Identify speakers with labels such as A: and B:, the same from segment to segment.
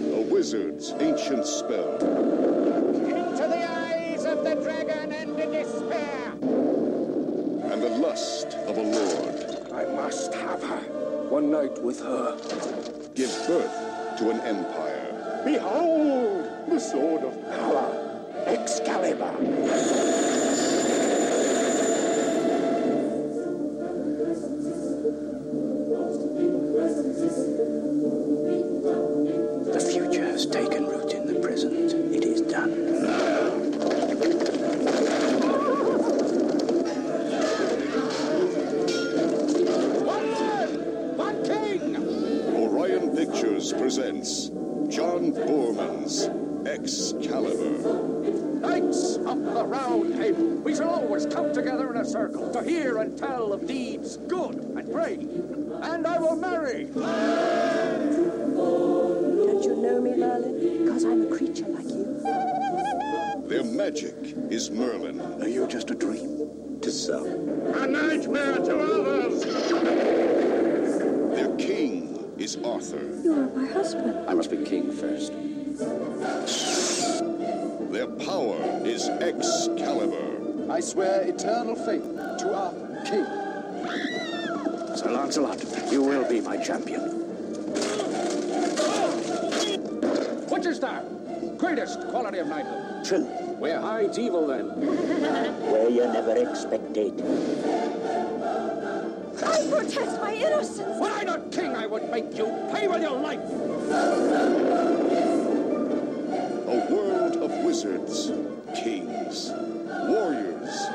A: wizard's ancient spell.
B: Into the eyes of the dragon and despair!
A: and the lust of a lord
C: I must have her. One night with her.
A: give birth to an empire.
C: Behold the sword of power, Excalibur. The future has taken root in the present. It is done.
B: One man, one king!
A: Orion Pictures presents John Boorman's Excalibur.
B: Knights of the Round Table, we shall always come together in a circle to hear and tell of deeds good and great. And I will marry.
D: Don't you know me, Merlin? Because I'm a creature like you.
A: Their magic is Merlin.
C: Are you just a dream? To some.
B: A nightmare to others!
A: Their king is Arthur.
D: You are my husband.
C: I must be king first.
A: Their power is Excalibur.
C: I swear eternal faith to Arthur, king. Sir Lancelot, you will be my champion.
B: Witch's Star, greatest quality of knighthood.
C: True.
B: Where hides evil then?
E: Where you never expected.
D: I protest my innocence.
B: Were I not king, I would make you pay with your life!
A: A world of wizards, kings, warriors,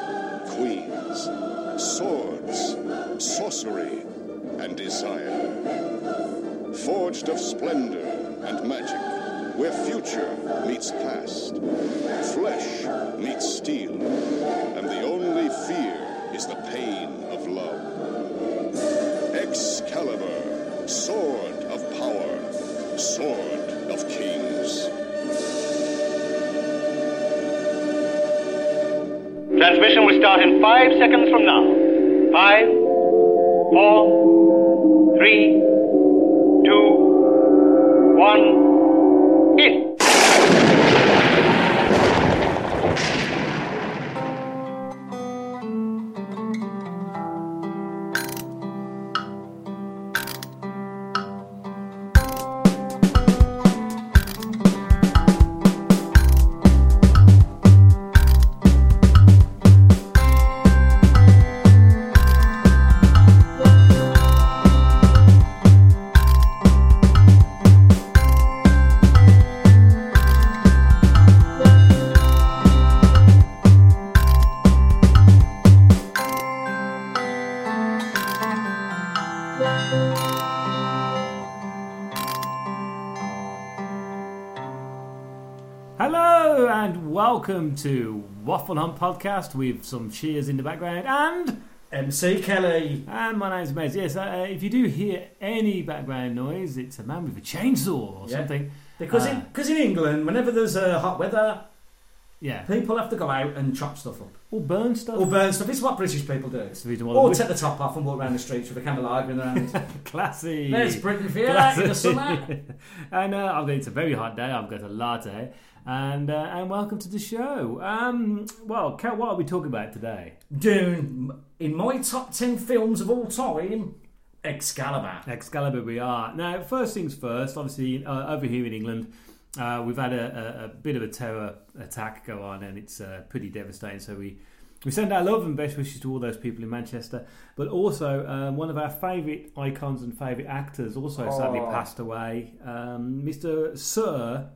A: queens, swords, sorcery, and desire. Forged of splendor and magic, where future meets past, flesh meets steel, and the only fear is the pain of love. Excalibur, sword of power, sword of kings.
F: Transmission will start in five seconds from now. Five, four, three, two, one, in.
G: Hello and welcome to Waffle Hunt Podcast with some cheers in the background and
H: MC Kelly.
G: and my name's Mez. Yes, uh, if you do hear any background noise, it's a man with a chainsaw or
H: Yeah.
G: something.
H: Because in,
G: Ah.
H: cause in England, whenever there's uh, hot weather,
G: Yeah,
H: people have to go out and chop stuff up.
G: or burn stuff.
H: Or burn stuff. It's what British people do.
G: the reason why
H: Or
G: the-
H: take the top off and walk around the streets with a can of lager in their hand.
G: Classy.
H: There's Britain for you
G: Classy.
H: in the summer.
G: and uh, I've- it's a very hot day. I've got a latte. And uh, and welcome to the show. Um, well, Kat, what are we talking about today?
H: Dune. In my top 10 films of all time, Excalibur.
G: Excalibur, we are. Now, first things first, obviously, uh, over here in England, uh, we've had a, a, a bit of a terror attack go on and it's uh, pretty devastating. So, we, we send our love and best wishes to all those people in Manchester. But also, um, one of our favourite icons and favourite actors also sadly passed away, um, Mr. Sir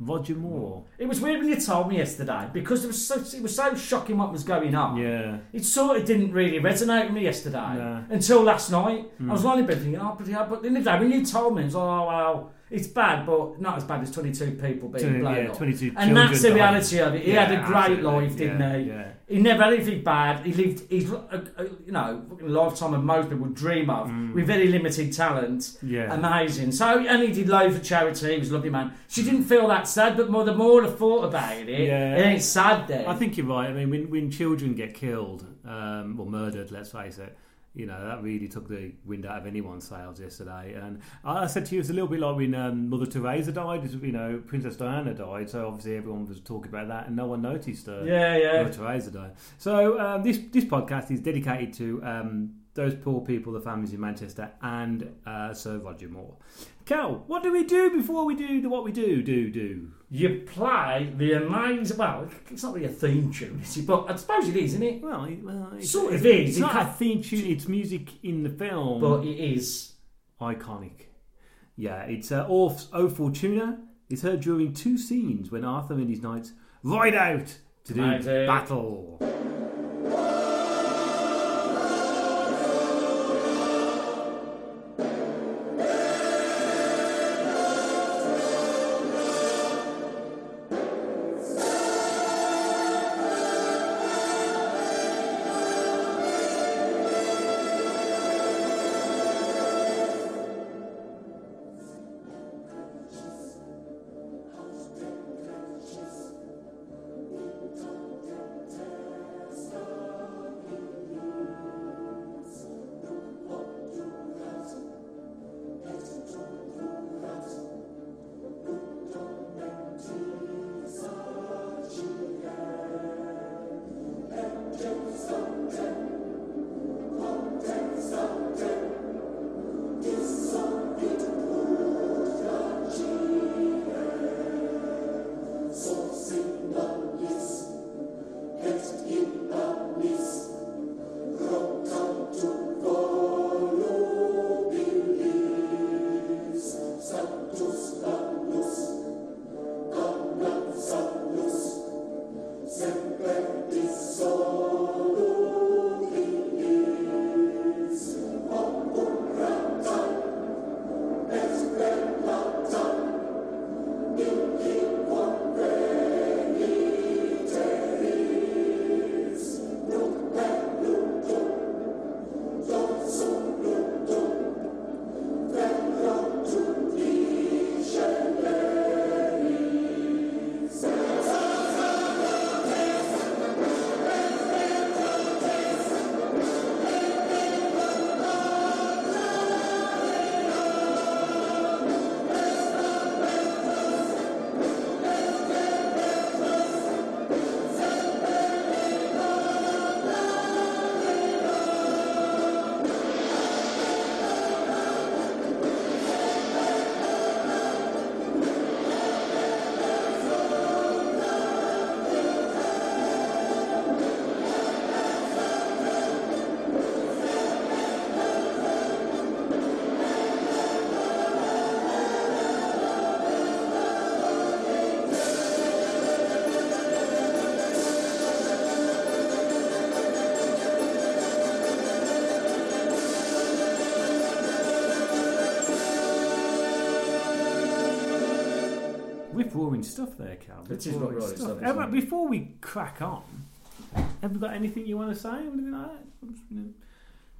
G: Roger Moore.
H: It was weird when you told me yesterday because it was so, it was so shocking what was going on.
G: Yeah.
H: It sort of didn't really resonate with me yesterday
G: No. Hmm.
H: until last night. I was lying in bed thinking, oh, bloody hell. But then the day when you told me, it was like, oh, well, it's bad, but not as bad as 22 people being
G: Twenty-
H: blown
G: yeah,
H: up.
G: 22
H: and that's the
G: children died.
H: reality of it. He
G: Yeah,
H: had a great
G: absolutely.
H: life, didn't
G: Yeah,
H: he?
G: yeah.
H: He never had anything bad. He lived, he's, uh, uh, you know, fucking lifetime of most people dream of with very limited talent.
G: Mm. Yeah.
H: Amazing. So, and he did loads for charity. He was a lovely man. She didn't feel that sad, but more, the more I thought about it,
G: Yeah.
H: it ain't sad then.
G: I think you're right. I mean, when, when children get killed um, or murdered, let's face it, you know that really took the wind out of anyone's sails yesterday. And I I said to you, it's a little bit like when um, Mother Teresa died. is, You know, Princess Diana died, so obviously everyone was talking about that, and no one noticed. Uh,
H: Yeah, yeah.
G: Mother Teresa died. So um, this this podcast is dedicated to um, those poor people, the families in Manchester, and uh, Sir Roger Moore. Cal, what do we do before we do the what we do do do?
H: You play the amazing. Well, it's not really a theme tune, is it? But I suppose it is, isn't it?
G: Well, it, well it's,
H: Sort
G: it's,
H: of is,
G: It's
H: it
G: not a
H: ca-
G: theme tune. It's music in the film.
H: But it is.
G: iconic. Yeah, it's uh, Orf's O Fortuna. It's heard during two scenes when Arthur and his knights ride out to do
H: Right out.
G: battle. Rip roaring stuff there, Cal.
H: It is
G: Rip-roaring
H: rip-roaring stuff,
G: How about-
H: isn't it?
G: before we crack on, have you got anything you want to say? Anything like that?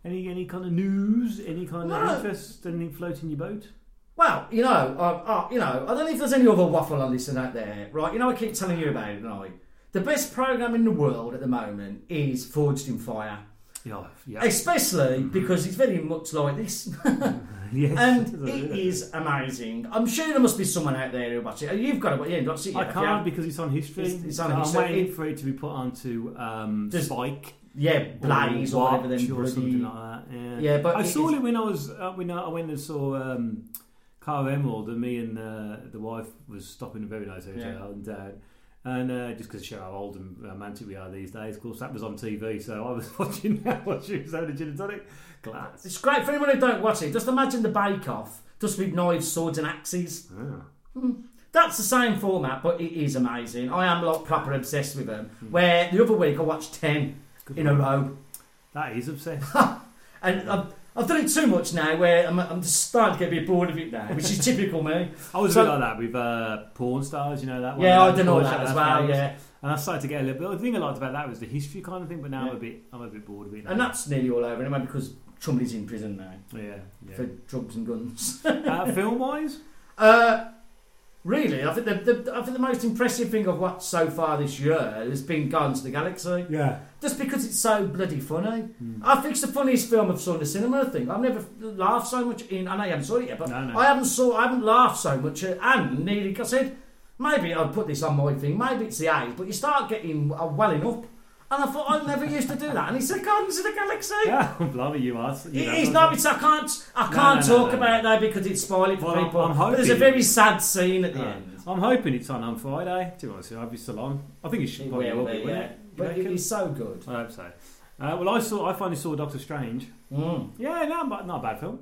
G: Any any kind of news? Any kind
H: No.
G: of interest? Anything floating your boat?
H: Well, you know, um, uh, you know, I don't know if there's any other waffle on this and that there, right? You know, I keep telling you about it, right? The best program in the world at the moment is Forged in Fire,
G: Yeah, yeah,
H: especially because it's very much like this.
G: yes.
H: And it is amazing. I'm sure there must be someone out there who watches it. You've got to, yeah, not see it.
G: I
H: have
G: can't
H: you?
G: because it's on history.
H: It's- it's on
G: So
H: history.
G: I'm waiting for it to be put onto um,
H: Just-
G: Spike.
H: Yeah, Blaze or whatever. Then
G: Watch or something
H: bloody-
G: like that. Yeah,
H: Yeah, but
G: I
H: it
G: saw
H: is-
G: it when I was uh, when I I went and saw um, Car Emerald, and me and uh, the wife was stopping in a very nice hotel
H: Yeah.
G: and down. And uh, just because to show how old and romantic we are these days, of course, that was on TV, so I was watching that while she was having a gin and tonic glass.
H: It's great for anyone who don't watch it. Just imagine the Bake Off, just with knives, swords, and axes.
G: Ah.
H: Hmm. That's the same format, but it is amazing. I am like proper obsessed with them.
G: Hmm.
H: Where the other week I watched ten in a row,
G: That is obsessed.
H: and I've, I've done it too much now. Where I'm, I'm just starting to get a bit bored of it now, which is typical me.
G: I was
H: So-
G: a bit like that with uh, porn stars, you know that one.
H: Yeah, I
G: Like,
H: done all
G: porn
H: that
G: star
H: as well.
G: films.
H: Yeah,
G: and I started to get a little bit. The thing I liked about that was the history kind of thing, but now I'm
H: Yeah.
G: a bit, I'm a bit bored of it. Now.
H: and that's nearly all over anyway because somebody's in prison now
G: yeah,
H: for
G: yeah.
H: drugs and guns.
G: uh, film wise,
H: Uh, Really, I think the, the I think the most impressive thing I've watched so far this year has been Guardians of the Galaxy.
G: Yeah. Hmm.
H: Just because it's so bloody funny. I think it's the funniest film I've saw in the cinema. I think I've never laughed so much in. I know you haven't saw it yet, but
G: No, no.
H: I haven't saw I haven't laughed so much. uh, And nearly, I said maybe I'll put this on my thing. Maybe it's the age, but you start getting uh, welling up. And I thought I never used to do that. And he said Guardians of the Galaxy.
G: Yeah, oh, blimey, you are. You
H: It
G: know,
H: is not. It's, I can't. I
G: no, no,
H: can't talk
G: no, no.
H: about that because it's spoiling for
G: Well, I'm-
H: people.
G: I'm
H: But there's a
G: hoping-
H: very sad scene at the end.
G: I'm hoping it's on on Friday. To be honest, with you, I'll be still on. I think it should
H: It
G: probably
H: will
G: will
H: be,
G: be, wouldn't
H: yeah.
G: it? You
H: But it
G: reckon?
H: is so good.
G: I hope so. Uh, well, I saw. I finally saw Doctor Strange.
H: Mm.
G: Yeah, no, but not a bad film.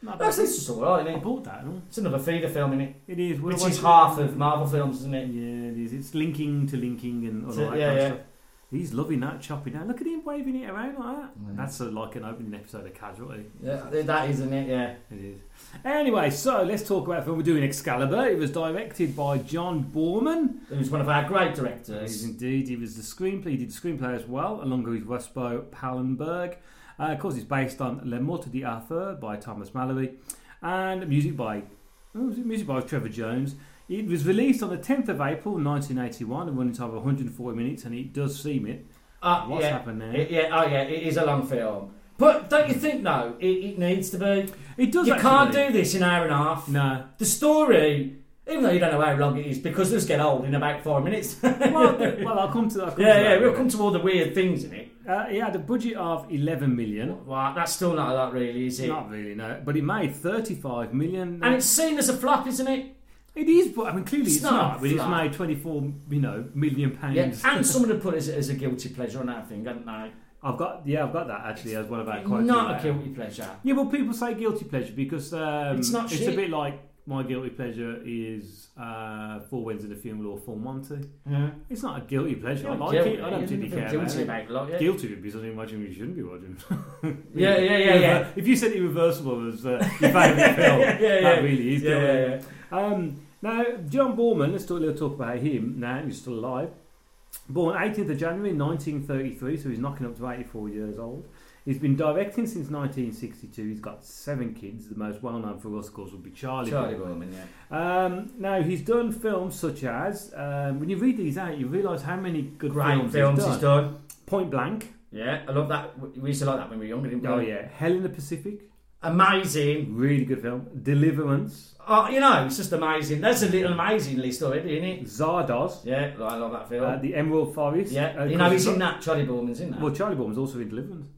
G: Not a bad
H: That's
G: film.
H: it's just all right,
G: I
H: isn't it?
G: bought that. and all.
H: It's another feeder film, isn't it?
G: It is. Well,
H: Which
G: I watched-
H: is half of Marvel films, isn't it?
G: Yeah, it is. It's linking to linking and all
H: So,
G: that
H: yeah,
G: kind
H: yeah.
G: of stuff. He's loving that, chopping down. Look at him waving it around like that. That's a, like an opening episode of Casualty.
H: Yeah, that is, isn't it? Yeah.
G: It is. Anyway, so let's talk about film. We're doing Excalibur. It was directed by John Borman.
H: Who's one of our great
G: He is
H: directors?
G: indeed. He was the screenplay. He did the screenplay as well, along with Westbo Pallenberg. Uh, of course, it's based on Le Morte d'Arthur by Thomas Mallory, and music by oh, was it music by Trevor Jones. It was released on the 10th of April 1981, a running time of 140 minutes, and it does seem it.
H: Uh,
G: What's
H: yeah.
G: happened there?
H: It- yeah. Oh yeah. It is a long film, but don't you think? No, it, it needs to be.
G: It does.
H: You
G: actually-
H: can't do this in an hour and a half.
G: No.
H: The story, even though you don't know how long it is, because those get old in about four minutes.
G: Well, th- well, I'll come to that. I'll come
H: yeah,
G: to that
H: yeah,
G: in a
H: we'll
G: bit.
H: come to all the weird things in it.
G: Uh, it had a budget of 11 million.
H: Well, that's still not a lot, really, is it?
G: Not really, no. But it made 35 million.
H: And it's seen as a flop, isn't it?
G: It is, but I mean, clearly it's,
H: It's not
G: not.
H: a
G: but it's
H: flop.
G: made twenty-four, you know, million
H: Yeah.
G: pounds.
H: And someone had put it as, as a guilty pleasure on that thing, hadn't they?
G: I've got, yeah, I've got that actually as one of our quite
H: not a guilty pleasure.
G: Yeah, well, people say guilty pleasure because um,
H: It's not
G: It's a
H: shit.
G: bit like my guilty pleasure is uh, Four Winds of the Funeral or Full Monty. It's not a guilty pleasure. I like
H: Guilty,
G: it. I don't
H: you
G: particularly
H: feel
G: care
H: guilty
G: about it.
H: about a lot, yeah.
G: Guilty would be something imagine we shouldn't be watching.
H: Yeah, yeah, yeah, yeah.
G: If you said Irreversible was uh, your favourite film,
H: Yeah,
G: that
H: yeah, yeah.
G: really is
H: Yeah,
G: guilty.
H: yeah, yeah.
G: Um, now, John Borman, let's talk a little talk about him now, he's still alive. Born 18th of January 1933, so he's knocking up to 84 years old. He's been directing since 1962. He's got seven kids. The most well known for us, of course, would be Charlie.
H: Charlie
G: Borman.
H: Woman, yeah.
G: Um, now, he's done films such as, um, when you read these out, you realise how many good
H: Great films,
G: films,
H: he's
G: done.
H: done.
G: Point Blank.
H: Yeah, I love that. We used to like that when we were younger, didn't we?
G: Oh, yeah. Hell in the Pacific.
H: Amazing.
G: Really good film. Deliverance.
H: Oh, you know, it's just amazing. That's a little amazing list already, isn't it?
G: Zardoz.
H: Yeah, I love that film.
G: Uh, the Emerald Forest.
H: yeah,
G: Uh,
H: you
G: of
H: know,
G: course,
H: he's
G: got-
H: in that. Charlie Borman's in that.
G: Well, Charlie Borman's also in Deliverance.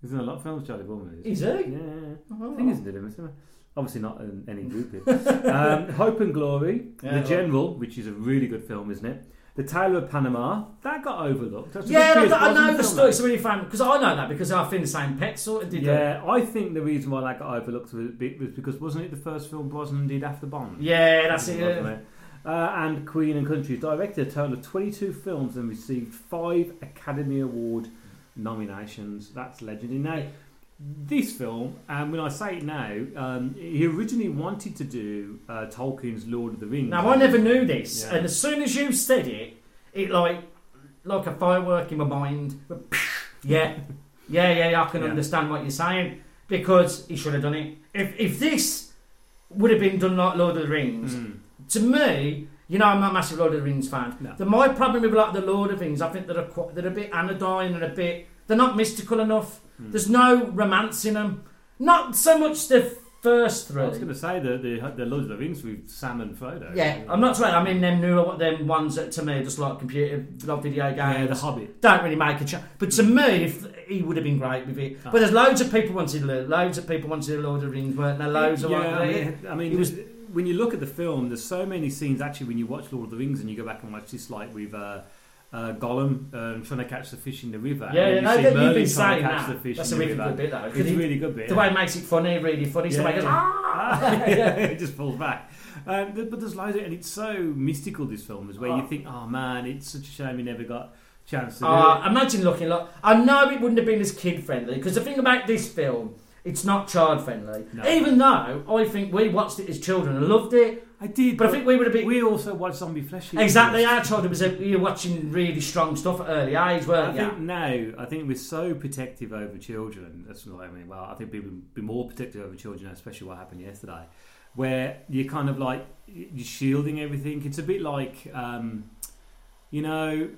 G: He's in a lot of films, Charlie Borman is.
H: is he? Oh,
G: Yeah. I think he's in Deliverance. isn't he? Obviously not in any group here. um, Hope and Glory,
H: Yeah,
G: The
H: well-
G: General, which is a really good film, isn't it? The Tailor of Panama, that got overlooked. That's a
H: Yeah,
G: good
H: I,
G: Pierce
H: I
G: Brosnan
H: know the
G: film,
H: story.
G: that.
H: It's really fun because I know that because our Finn Sam Pet sort of did that.
G: Yeah, I think the reason why that got overlooked was be- was because wasn't it the first film Brosnan did after Bond?
H: Yeah, that's it.
G: Wasn't
H: Yeah.
G: it? Uh, and Queen and Country directed a total of 22 films and received five Academy Award nominations. That's legendary. Now, this film, and when I say it now, um, he originally wanted to do uh, Tolkien's Lord of the Rings.
H: Now I never knew this,
G: Yeah.
H: and as soon as you said it, it like like a firework in my mind. Yeah, yeah, yeah. yeah I can
G: Yeah.
H: understand what you're saying because he should have done it. If if this would have been done like Lord of the Rings, to me. You know, I'm not a massive Lord of the Rings fan.
G: Mm. No.
H: The, my problem with like the Lord of the Rings, I think they're a, qu- they're a bit anodyne and a bit. They're not mystical enough.
G: Mm.
H: There's no romance in them. Not so much the first three.
G: I was going to say the, the the Lord of the Rings with Sam and Frodo.
H: Yeah, I'm not saying. I mean, them newer, them ones that to me are just like computer, like video games.
G: Yeah, The Hobbit.
H: Don't really make a change. But to me, if he would have been great with it. But there's loads of people wanted Lo- loads of people wanted the Lord of the Rings, weren't there? Loads of
G: yeah,
H: wanted
G: I
H: it.
G: mean, I mean uh,
H: it was-
G: when you look at the film, there's so many scenes. Actually, when you watch Lord of the Rings and you go back and watch this, like with uh, uh, Gollum um, trying to catch the fish in the river,
H: Yeah,
G: and
H: yeah,
G: then you
H: no, that-
G: see
H: you've
G: Merlin
H: been
G: trying
H: saying
G: to catch
H: that.
G: the fish
H: That's
G: in
H: a
G: the
H: really
G: river.
H: good bit, though. 'cause
G: It's
H: he-
G: really good bit.
H: The way it makes it funny, really funny. It's The way it goes,
G: Yeah.
H: ah!
G: Ah, yeah, it just falls back. Um, th- but there's loads of, and it's so mystical. This film is where you
H: Oh.
G: think, oh man, it's such a shame we never got a chance to do
H: Uh,
G: it.
H: imagine looking like. I know it wouldn't have been as kid friendly because the thing about this film, it's not child friendly.
G: No.
H: Even though I think we watched it as children and loved it.
G: I did,
H: But I think we would have been.
G: we also watched Zombie Flesh. Eaters.
H: Exactly, our childhood was that you were watching really strong stuff at early age,
G: I
H: weren't
G: think
H: you?
G: now, I think we're so protective over children. That's what I mean. Well, I think people be more protective over children, especially what happened yesterday. where you're kind of like you're shielding everything. It's a bit like, um, you know,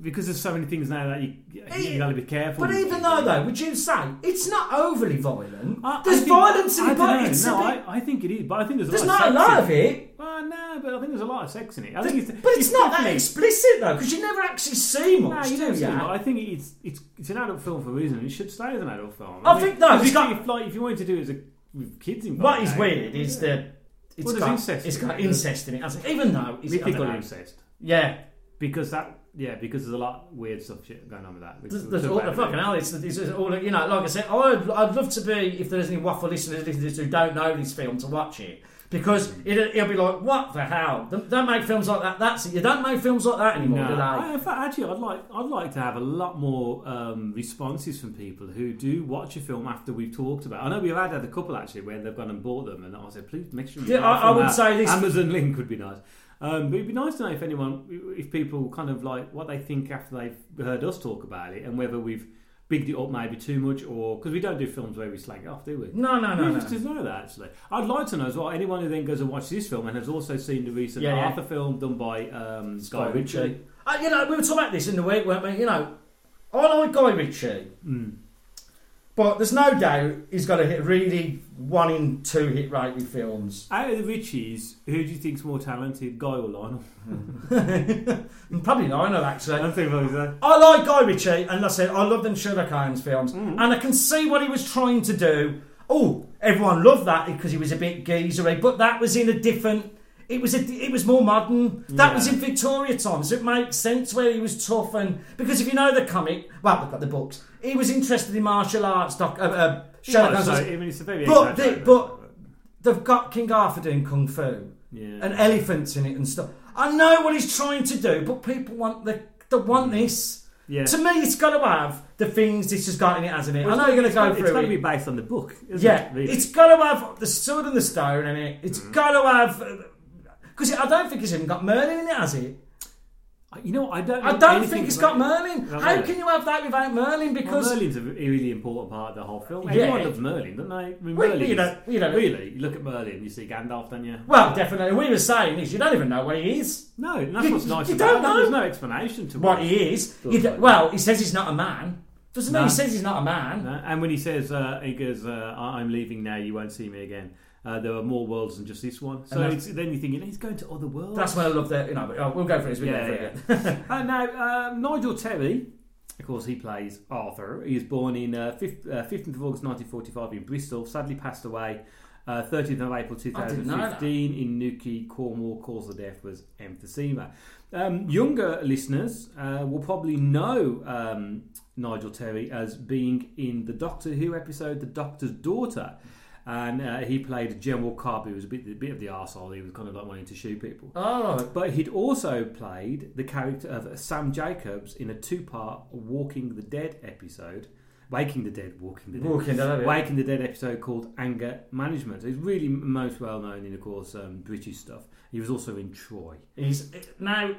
G: because there's so many things now that you you got to be careful.
H: But
G: with.
H: even though, though, would you say it's not overly violent?
G: I- I
H: there's
G: think-
H: violence in
G: I
H: it,
G: don't
H: but
G: know.
H: it's
G: no,
H: a bit,
G: I, I think it is, but I think there's a
H: there's
G: lot
H: not a
G: of
H: lot
G: sex
H: of
G: in it.
H: it.
G: Well, no, but I think there's a lot of sex in it. I
H: But
G: think
H: it's,
G: it's,
H: not that
G: definitely-
H: explicit though, because you never actually see
G: No,
H: much,
G: you
H: do
G: don't see
H: you?
G: it, but I think it's it's it's an adult film for a reason. It should stay as an adult film.
H: I think no,
G: if you
H: it's got-
G: if, like if you wanted to do it as a with kids involved,
H: What is
G: now,
H: weird is
G: yeah.
H: the it's
G: Well, there's
H: got
G: incest
H: It's
G: in
H: got
G: it.
H: incest in it, hasn't it? Even though it's I don't
G: mythical
H: know.
G: incest
H: Yeah,
G: because that yeah because there's a lot of weird stuff shit going on with that. We've-
H: there's,
G: we've
H: there's
G: talked
H: all
G: about
H: the
G: it.
H: fucking hell. It's, it's all you know. Like I said, I'd, I'd love to be if there's any waffle listeners listening to this who don't know this film to watch it because it, it'll be like, what the hell? They don't make films like that. That's it. You don't make films like that anymore,
G: No,
H: do they?
G: I, in fact, actually, I'd like I'd like to have a lot more um, responses from people who do watch a film after we've talked about. I know we've had, had a couple actually where they've gone and bought them, and I said, please make sure. You
H: Yeah,
G: buy
H: I- I
G: from
H: would
G: our
H: say this-
G: Amazon link would be nice. Um, but it'd be nice to know if anyone, if people kind of like what they think after they've heard us talk about it, and whether we've bigged it up maybe too much, or because we don't do films where we slag it off, do we?
H: No, no, no,
G: We're
H: no.
G: interested to know that actually. I'd like to know as well. Anyone who then goes and watches this film and has also seen the recent
H: Yeah, yeah.
G: Arthur film done by um, Guy Ritchie.
H: Uh, you know, we were talking about this in the week, weren't we? You know, I like Guy Ritchie, but there's no doubt he's got a hit, really one in two hit rate with films.
G: Out of the Richies, who do you think's more talented, Guy or Lionel?
H: And probably Lionel, actually.
G: think about that.
H: I like Guy Ritchie, and that's it. I love them Sherlock Holmes films,
G: Mm.
H: and I can see what he was trying to do. Oh, everyone loved that because he was a bit geezery, but that was in a different. It was a, it was more modern. That was
G: Yeah.
H: in Victoria times. It makes sense where he was tough and because if you know the comic, well, we've got the books. He was interested in martial arts. Doc, uh, uh, Sherlock Holmes.
G: so,
H: was-
G: I mean, it's a very
H: But the-
G: exaggerated-
H: but- They've got King Arthur doing kung fu
G: yeah.
H: and elephants in it and stuff. I know what he's trying to do, but people want the they want this.
G: Mm. Yeah.
H: To me, it's got to have the things this has got in it, hasn't it? I know you're going to go
G: it's
H: through
G: got to be
H: it.
G: based on the book, isn't
H: yeah,
G: it? really? Mm.
H: it's got to have the sword and the stone in it. It's got to have because I don't think it's even got Merlin in it, has it?
G: you know, I don't.
H: I
G: know
H: don't
G: anything
H: think it's
G: about
H: got Merlin.
G: Not
H: How
G: Merlin.
H: can you have that without Merlin?
G: Well,
H: Because
G: Merlin's a really important part of the whole film.
H: Yeah.
G: Everyone loves Merlin, don't they? I mean,
H: Well,
G: Merlin
H: you
G: is-
H: don't- you don't-
G: really. You look at Merlin, you see Gandalf, don't you?
H: well, definitely, we were saying is you don't even know where he is.
G: No, and that's
H: You-
G: what's nice
H: you
G: about
H: don't
G: it.
H: know.
G: There's no explanation to
H: What
G: it.
H: he is? You
G: Doesn't
H: don't-
G: matter.
H: well, he says he's not a man. Doesn't mean
G: No.
H: he says he's not a man.
G: Uh, and when he says, uh, he goes, uh, I- I'm leaving now, you won't see me again. Uh, there are more worlds than just this one. So it's,
H: that's-
G: then you're thinking, he's going to other worlds.
H: That's why I love that. You know, but, oh, we'll go for it. We'll
G: Yeah,
H: go for
G: yeah.
H: it. again.
G: Uh, now, uh, Nigel Terry, of course, he plays Arthur. He was born in uh, 5th, uh, 15th of August 1945 in Bristol. Sadly, passed away uh, 13th of April
H: I didn't know that.
G: 2015 in Newquay, Cornwall. Cause of death was emphysema. Um, younger listeners uh, will probably know um, Nigel Terry as being in the Doctor Who episode "The Doctor's Daughter." And uh, he played General Carby, who was a bit, a bit of the arsehole. He was kind of like wanting to shoot people.
H: All right.
G: But he'd also played the character of Sam Jacobs in a two-part "Walking the Dead" episode, "Waking the Dead," "Walking the Dead,"
H: Walking the Dead, yeah.
G: "Waking the Dead" episode called "Anger Management." He's really most well known in, of course, um, British stuff. He was also in Troy.
H: He's now.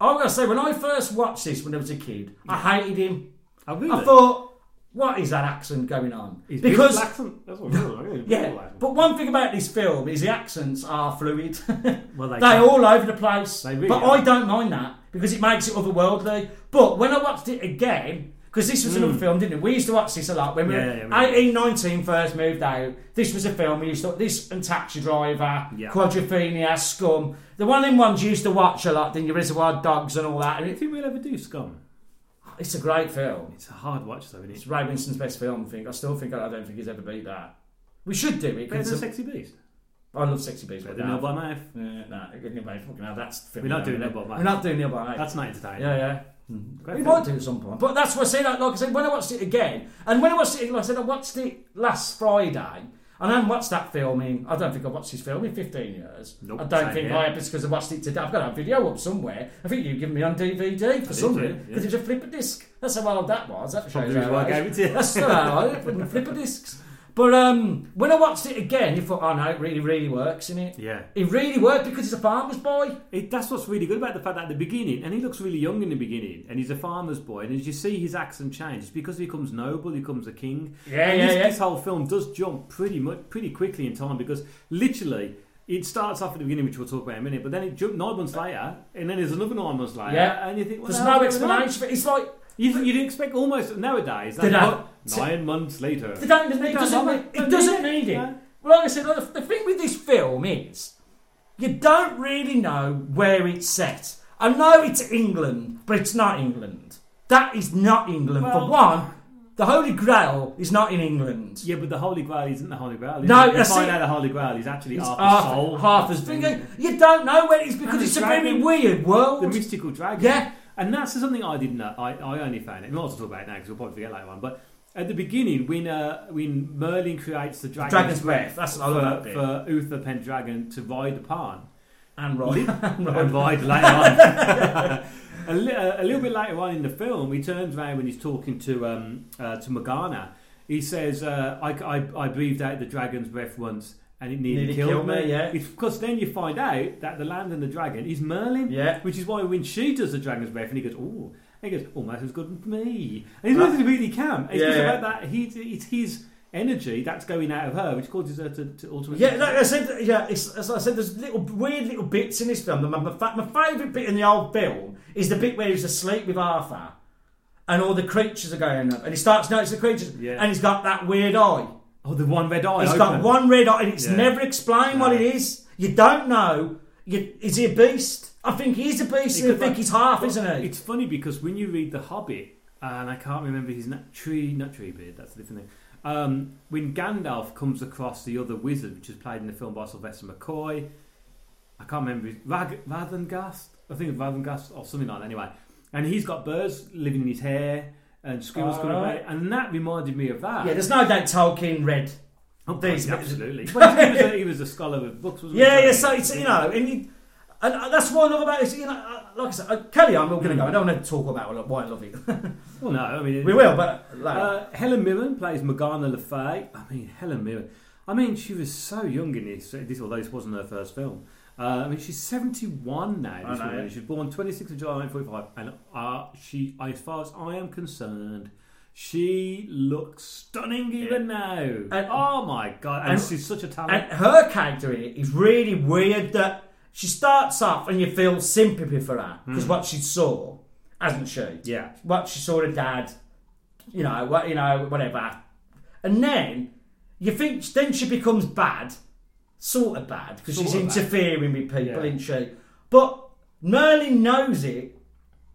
H: I'm gonna say when I first watched this when I was a kid, I hated him.
G: Oh, really?
H: I thought, what is that accent going on?
G: He's
H: because
G: British accent. That's what I really like.
H: yeah,
G: But
H: but one thing about this film is the accents are fluid.
G: Well, they
H: They're
G: can.
H: all over the place.
G: They really
H: but
G: are.
H: I don't mind that because it makes it otherworldly. But when I watched it again, because this was another film, didn't it? We used to watch this a lot when we
G: Mm. Yeah,
H: were
G: yeah, yeah, we
H: 18, 19 first moved out. This was a film we used to this and Taxi Driver,
G: Yeah.
H: Quadrophenia, Scum. The one in ones you used to watch a lot, didn't you? Reservoir Dogs and all that. And
G: I
H: it-
G: think we'll ever do Scum.
H: it's a great film.
G: It's a hard watch, though, isn't it?
H: It's Ray Winston's best film. I think I still think I don't think he's ever beat that. We should do it.
G: Better than
H: 'cause
G: Sexy Beast.
H: I love Sexy Beast.
G: Better than Nail by Knife.
H: Yeah, no, anyway, fucking hell, that's
G: We're not doing Neil Bobite.
H: We're not doing Neil Bobite.
G: That's not entertaining.
H: yeah, yeah.
G: Hmm. Great
H: We
G: film.
H: might do it at some point, but that's what I say. Like, like I said, when I watched it again, and when I watched it, like I said, I watched it last Friday, and I haven't watched that film in. I don't think I've watched this film in fifteen years.
G: Nope,
H: I don't
G: same
H: think
G: here.
H: I have because I watched it today. I've got a video up somewhere. I think you've given me on DVD for some
G: yeah,
H: reason
G: yeah.
H: because it was a flipper disc. That's how old that was. That shows
G: Probably
H: you
G: is
H: how
G: why I
H: old it
G: gave
H: is.
G: it to you.
H: That's not how old it was, flipper discs. But um, when I watched it again, you thought, oh no, it really, really works, in it?
G: Yeah.
H: It really worked because he's a farmer's boy.
G: It, that's what's really good about the fact that at the beginning, and he looks really young in the beginning, and he's a farmer's boy, and as you see his accent change, it's because he becomes noble, he becomes a king.
H: Yeah,
G: and
H: yeah,
G: this,
H: yeah.
G: this whole film does jump pretty much pretty quickly in time because literally. It starts off at the beginning, which we'll talk about in a minute, but then it jumped nine months later, and then there's another nine months later,
H: Yeah.
G: Uh, and you think, well,
H: There's
G: the hell
H: no
G: is going on?
H: explanation for it. It's like,
G: You, you'd expect almost nowadays.
H: They
G: That
H: don't.
G: nine months later.
H: they don't, it doesn't,
G: bother.
H: need-
G: Don't
H: it
G: need
H: doesn't
G: it.
H: need it.
G: No.
H: Well, like I said, like, the the thing with this film is you don't really know where it's set. I know it's England, but it's not England. That is not England.
G: Well-
H: for one, the Holy Grail is not in England.
G: Yeah, but the Holy Grail isn't the Holy Grail. is
H: No,
G: it? you
H: that's
G: find
H: it.
G: out the Holy Grail is actually
H: It's
G: half,
H: half,
G: the soul,
H: half as
G: the
H: big. You don't know where it is because
G: And
H: it's
G: the
H: a very
G: dragon.
H: weird world.
G: the mystical dragon.
H: Oh, Yeah.
G: and that's something I didn't know. I, I only found it. Not to talk about it now because we'll probably forget later on. But at the beginning, when uh, when Merlin creates the dragon's,
H: Dragon's breath. That's I
G: for,
H: love that bit.
G: for Uther Pendragon to ride upon,
H: and
G: Li-
H: right.
G: and ride later on. a, li- a little bit later on in the film, he turns around when he's talking to um, uh, to Morgana. He says, uh, I, I, I breathed out the dragon's breath once and it nearly,
H: Nearly
G: killed,
H: killed
G: me.
H: me, yeah.
G: It's because then you find out that the land and the dragon is Merlin.
H: Yeah.
G: Which is why when she does the dragon's breath and he goes, oh, he goes, almost as good as me. And he's nothing really can. It's
H: Yeah,
G: just
H: yeah.
G: about that. He, it's his energy that's going out of her, which causes her to, to ultimately.
H: Yeah, like I said, yeah, it's, as I said, there's little weird little bits in this film. My, my, fa- my favourite bit in the old film is the bit where he's asleep with Arthur, and all the creatures are going up, and he starts noticing the creatures,
G: Yeah.
H: and he's got that weird eye.
G: oh, the one red eye.
H: He's
G: open.
H: got one red eye, and it's
G: Yeah.
H: never explained what
G: No.
H: it is. You don't know. You, is he a beast? I think he is a beast. and I
G: could
H: think
G: like-
H: he's half,
G: Well,
H: isn't he?
G: It's funny because when you read The Hobbit, and I can't remember his na- tree, not tree beard, that's a different thing. Um, when Gandalf comes across the other wizard, which is played in the film by Sylvester McCoy, I can't remember his Rag, Radengast, I think it's Radengast or something like that. Anyway, and he's got birds living in his hair and squirrels coming
H: Alright.
G: away, and that reminded me of that.
H: Yeah, there's no doubt Tolkien read.
G: oh,
H: these-
G: absolutely. Well, he, was a, he was a scholar of books, wasn't
H: Yeah,
G: he?
H: yeah. So it's you know, and, you, and uh, that's what I love about this. You know, uh, like I said, uh, carry on. We're going to go. I don't want to talk about why I love it.
G: Well, no, I mean,
H: we will, but like,
G: Uh, Helen Mirren plays Morgana Le Fay. I mean, Helen Mirren. I mean, she was so young in this, this although this wasn't her first film. Uh, I mean, she's 71 now. This
H: I know.
G: woman. She was born 26th of July 1945. And uh, she, as far as I am concerned, she looks stunning even now.
H: And-
G: oh my God. And,
H: and-
G: she's such a talent.
H: and her character in it is really weird. That she starts off and you feel sympathy for her because what she saw, hasn't she?
G: Hmm. Yeah.
H: What she saw her dad, you know, what you know, whatever, and then you think then she becomes bad, sort of bad because she's
G: Sort of bad.
H: interfering with people,
G: Yeah.
H: isn't she? But Merlin knows it.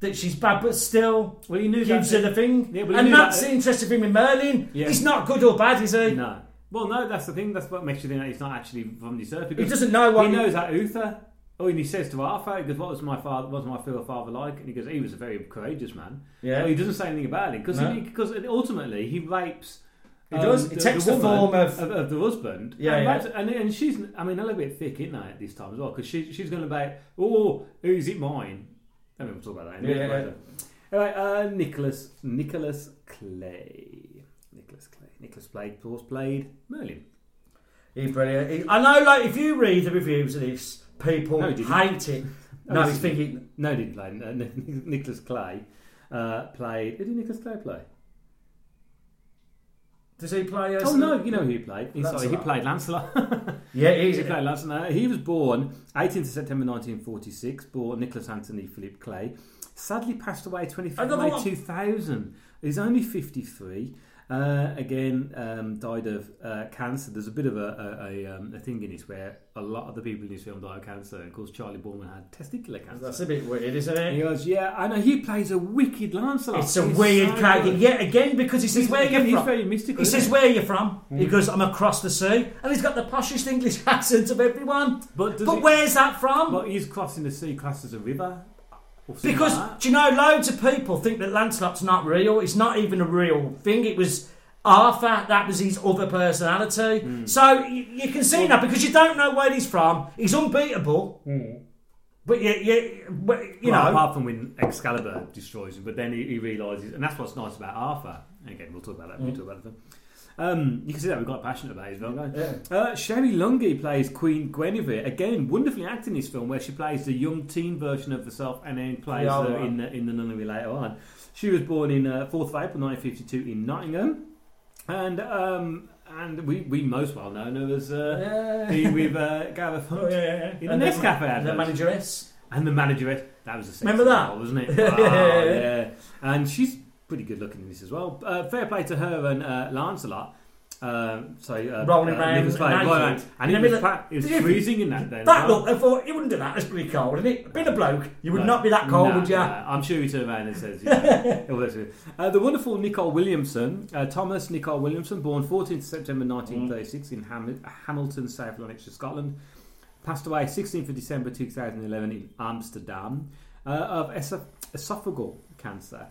H: That she's bad, but still
G: Well, he knew
H: gives
G: that-
H: her the thing,
G: Yeah, well, he
H: and
G: knew that-
H: that's the interesting thing with Merlin.
G: Yeah.
H: He's not good or bad, is he?
G: no. Well, no, that's the thing. That's what makes you think that he's not actually from this earth. Because
H: doesn't know what
G: he
H: he-
G: knows that Uther. Oh, and he says to Arthur, he goes, "What was my father? What was my real father like?" And he goes, "He was a very courageous man."
H: Yeah.
G: Oh, he doesn't say anything about it because
H: No.
G: because ultimately he rapes. He
H: does. He takes the form of-
G: Um, of, the husband.
H: Yeah,
G: and,
H: yeah.
G: rapes- and and she's I mean a little bit thick in at this time as well because she, she's going about oh who's it mine? I mean we'll talk about that. In a
H: Yeah,
G: minute
H: yeah,
G: later. Anyway, uh, Nicholas Nicholas Clay. Nicholas Clay. Nicholas Blade, of course, played Merlin.
H: He brilliant. He- I know, like, if you read the reviews of this, people
G: No, he didn't.
H: hate it.
G: he
H: No, he's
G: didn't.
H: thinking.
G: No, he didn't play. Uh, Nicholas Clay uh, played. Who did Nicholas Clay play?
H: Does he play? us?
G: Oh no, you know who he played. He, sorry, he
H: Lancelot.
G: played Lancelot.
H: Yeah, he
G: he
H: is.
G: played Lancelot. He was born 18th of September 1946. Born Nicholas Anthony Philip Clay. Sadly, passed away 25th
H: Another
G: May
H: one.
G: 2000. He's only 53. Uh, again, um, died of uh, cancer. There's a bit of a, a, a, um, a thing in this where a lot of the people in this film die of cancer. Of course, Charlie Borman had testicular cancer.
H: That's a bit weird, isn't
G: And he
H: it?
G: goes, yeah, I know he plays a wicked Lancelot.
H: It's a
G: He's
H: weird
G: so
H: character.
G: good.
H: Yet again, because he says,
G: He's-
H: Where are
G: again,
H: you
G: he's
H: from?
G: very mystical,
H: He
G: isn't
H: says,
G: he? Mm.
H: Where are you from? He goes, I'm across the sea. And he's got the poshest English accent of everyone.
G: But does it-
H: where's that from?
G: But he's crossing the sea, classed as a river. or something
H: Because
G: like that.
H: do you know, loads of people think that Lancelot's not real. It's not even a real thing. It was Arthur. That was his other personality.
G: Hmm.
H: So you, you can see that because you don't know where he's from. He's unbeatable. But you, you, but, you
G: Well,
H: know,
G: Hmm. apart from when Excalibur
H: Mm.
G: destroys him, but then he, he realizes, and that's what's nice about Arthur. And again, we'll talk about that when we talk about the film. Um, you can see that we're quite passionate about his film, guys. Uh, Sherry Lungi plays Queen Guinevere. Again, wonderfully acting in this film, where she plays the young teen version of herself and then plays
H: Yeah,
G: her
H: right.
G: in, the, in The Nunnery later on. She was born in uh, 4th of April 1952 in Nottingham. And um, and we, we most well know her as uh, being with uh, Gareth Hunt.
H: Oh, yeah, yeah,
G: In
H: yeah.
G: the
H: And
G: Nescafe
H: the, the
G: advert.
H: manageress.
G: And the manager, that was a sexy
H: Remember that?
G: role, wasn't it?
H: Yeah.
G: Wow, yeah. And she's pretty good looking in this as well. Uh, fair play to her and uh, Lancelot. Um, so uh,
H: Rolling
G: uh,
H: round
G: Nicholas Cage,
H: naked.
G: rolling round. and
H: In
G: it
H: the
G: was,
H: middle-
G: fa- it was
H: Did you-
G: freezing in that. Then
H: That
G: as well.
H: look, I thought you wouldn't do that. That's pretty cold, isn't it? Being a bloke, you would
G: No.
H: not be that cold,
G: No,
H: would you?
G: no. I'm sure he turned around and says, you know, it was- uh, The wonderful Nicole Williamson, uh, Thomas Nicole Williamson, born 14th September
H: Mm.
G: 1936 in Ham- Hamilton, South Lanarkshire, Scotland, passed away 16th of December 2011 in Amsterdam uh, of esoph- esophageal cancer.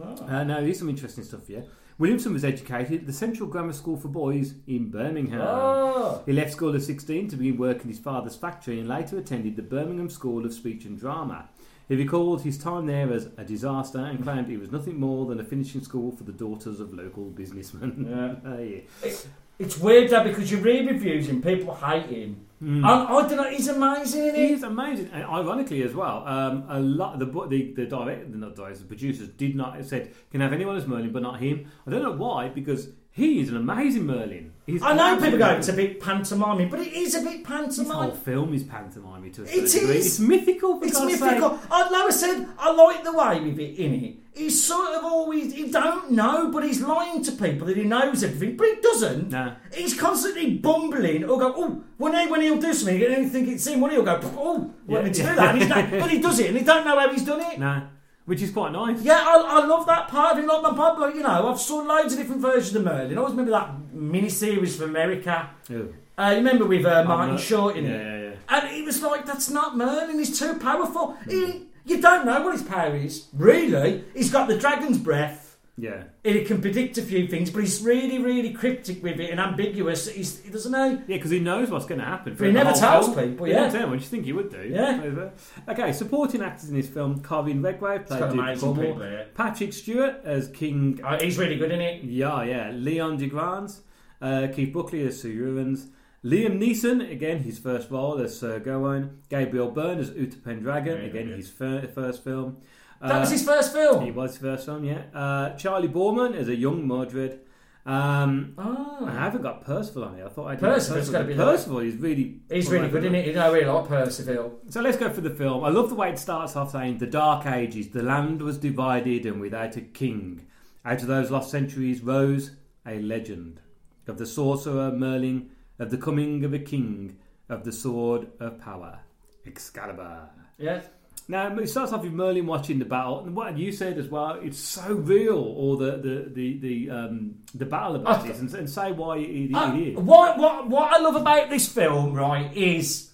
G: Uh, now, here's some interesting stuff here. Williamson was educated at the Central Grammar School for Boys in Birmingham.
H: Oh.
G: He left school at 16 to begin work in his father's factory and later attended the Birmingham School of Speech and Drama. He recalled his time there as a disaster and claimed it was nothing more than a finishing school for the daughters of local businessmen. Uh, yeah.
H: It's weird that because you read reviews and people hate him.
G: Hmm.
H: I, I don't know. He's amazing. Isn't
G: He
H: he?
G: is amazing, and ironically as well, um, a lot the bu- the the director, not directors, the producers did not said can have anyone as Merlin but not him. I don't know why because he is an amazing Merlin. He's
H: I know people go,
G: absolutely-
H: it's a bit pantomiming, but it is a bit
G: This whole
H: pantomime.
G: film is pantomime to a
H: It
G: certain degree.
H: is.
G: It's mythical. For
H: It's
G: God's
H: mythical.
G: sake.
H: I know I said I like the way with it in it. He's sort of always he don't know, but he's lying to people that he knows everything, but he doesn't.
G: No.
H: He's constantly bumbling or go, oh, when he when he'll do something and you think it's him, when he'll go, oh,
G: Yeah,
H: what me to
G: yeah.
H: do that? And he's not, but he does it and he don't know how he's done it.
G: Nah, which is quite nice.
H: Yeah, I, I love that part of it. Like my Pablo, you know, I've saw loads of different versions of Merlin. I always remember that mini series from America.
G: Ew.
H: Uh, you remember with uh, Martin
G: not-
H: Short in
G: yeah,
H: it?
G: yeah, Mm. yeah.
H: And it was like, that's not Merlin, he's too powerful. He, you don't know what his power is, really. He's got the dragon's breath,
G: Yeah.
H: and he can predict a few things, but he's really, really cryptic with it and ambiguous. He's, he doesn't know.
G: Yeah, because he knows what's going to happen.
H: But he never
G: The
H: tells
G: whole-
H: people,
G: He
H: yeah.
G: never tells anyone, which you think he would do.
H: Yeah.
G: Over. Okay, supporting actors in this film: Carvin Redgrave played
H: got
G: Duke
H: amazing
G: Cornwall,
H: people in it.
G: Patrick Stewart as King.
H: Uh, he's really good in it.
G: Yeah, yeah. Leon DeGrand, uh, Keith Buckley as Sir Ewins, Liam Neeson again his first role as Sir Gawain, Gabriel Byrne as Uta Pendragon again his fir- first film.
H: That was his first film.
G: Uh, He was his first film, yeah. Uh, Charlie Borman as a young Mordred. Um,
H: Oh.
G: I haven't got Percival on here. I thought I did.
H: Percival's gotta be there.
G: Percival is really.
H: He's really good in it. You know, I really like Percival.
G: So let's go for the film. I love the way it starts off saying the Dark Ages, the land was divided and without a king. Out of those lost centuries rose a legend of the sorcerer Merlin, of the coming of a king, of the sword of power, Excalibur.
H: Yeah.
G: Now it starts off with Merlin watching the battle, and what you said as well. It's so real, all the the the the, um, the battle about
H: I-
G: this, and, and say why it, it is.
H: Uh, What, what, what I love about this film, right, is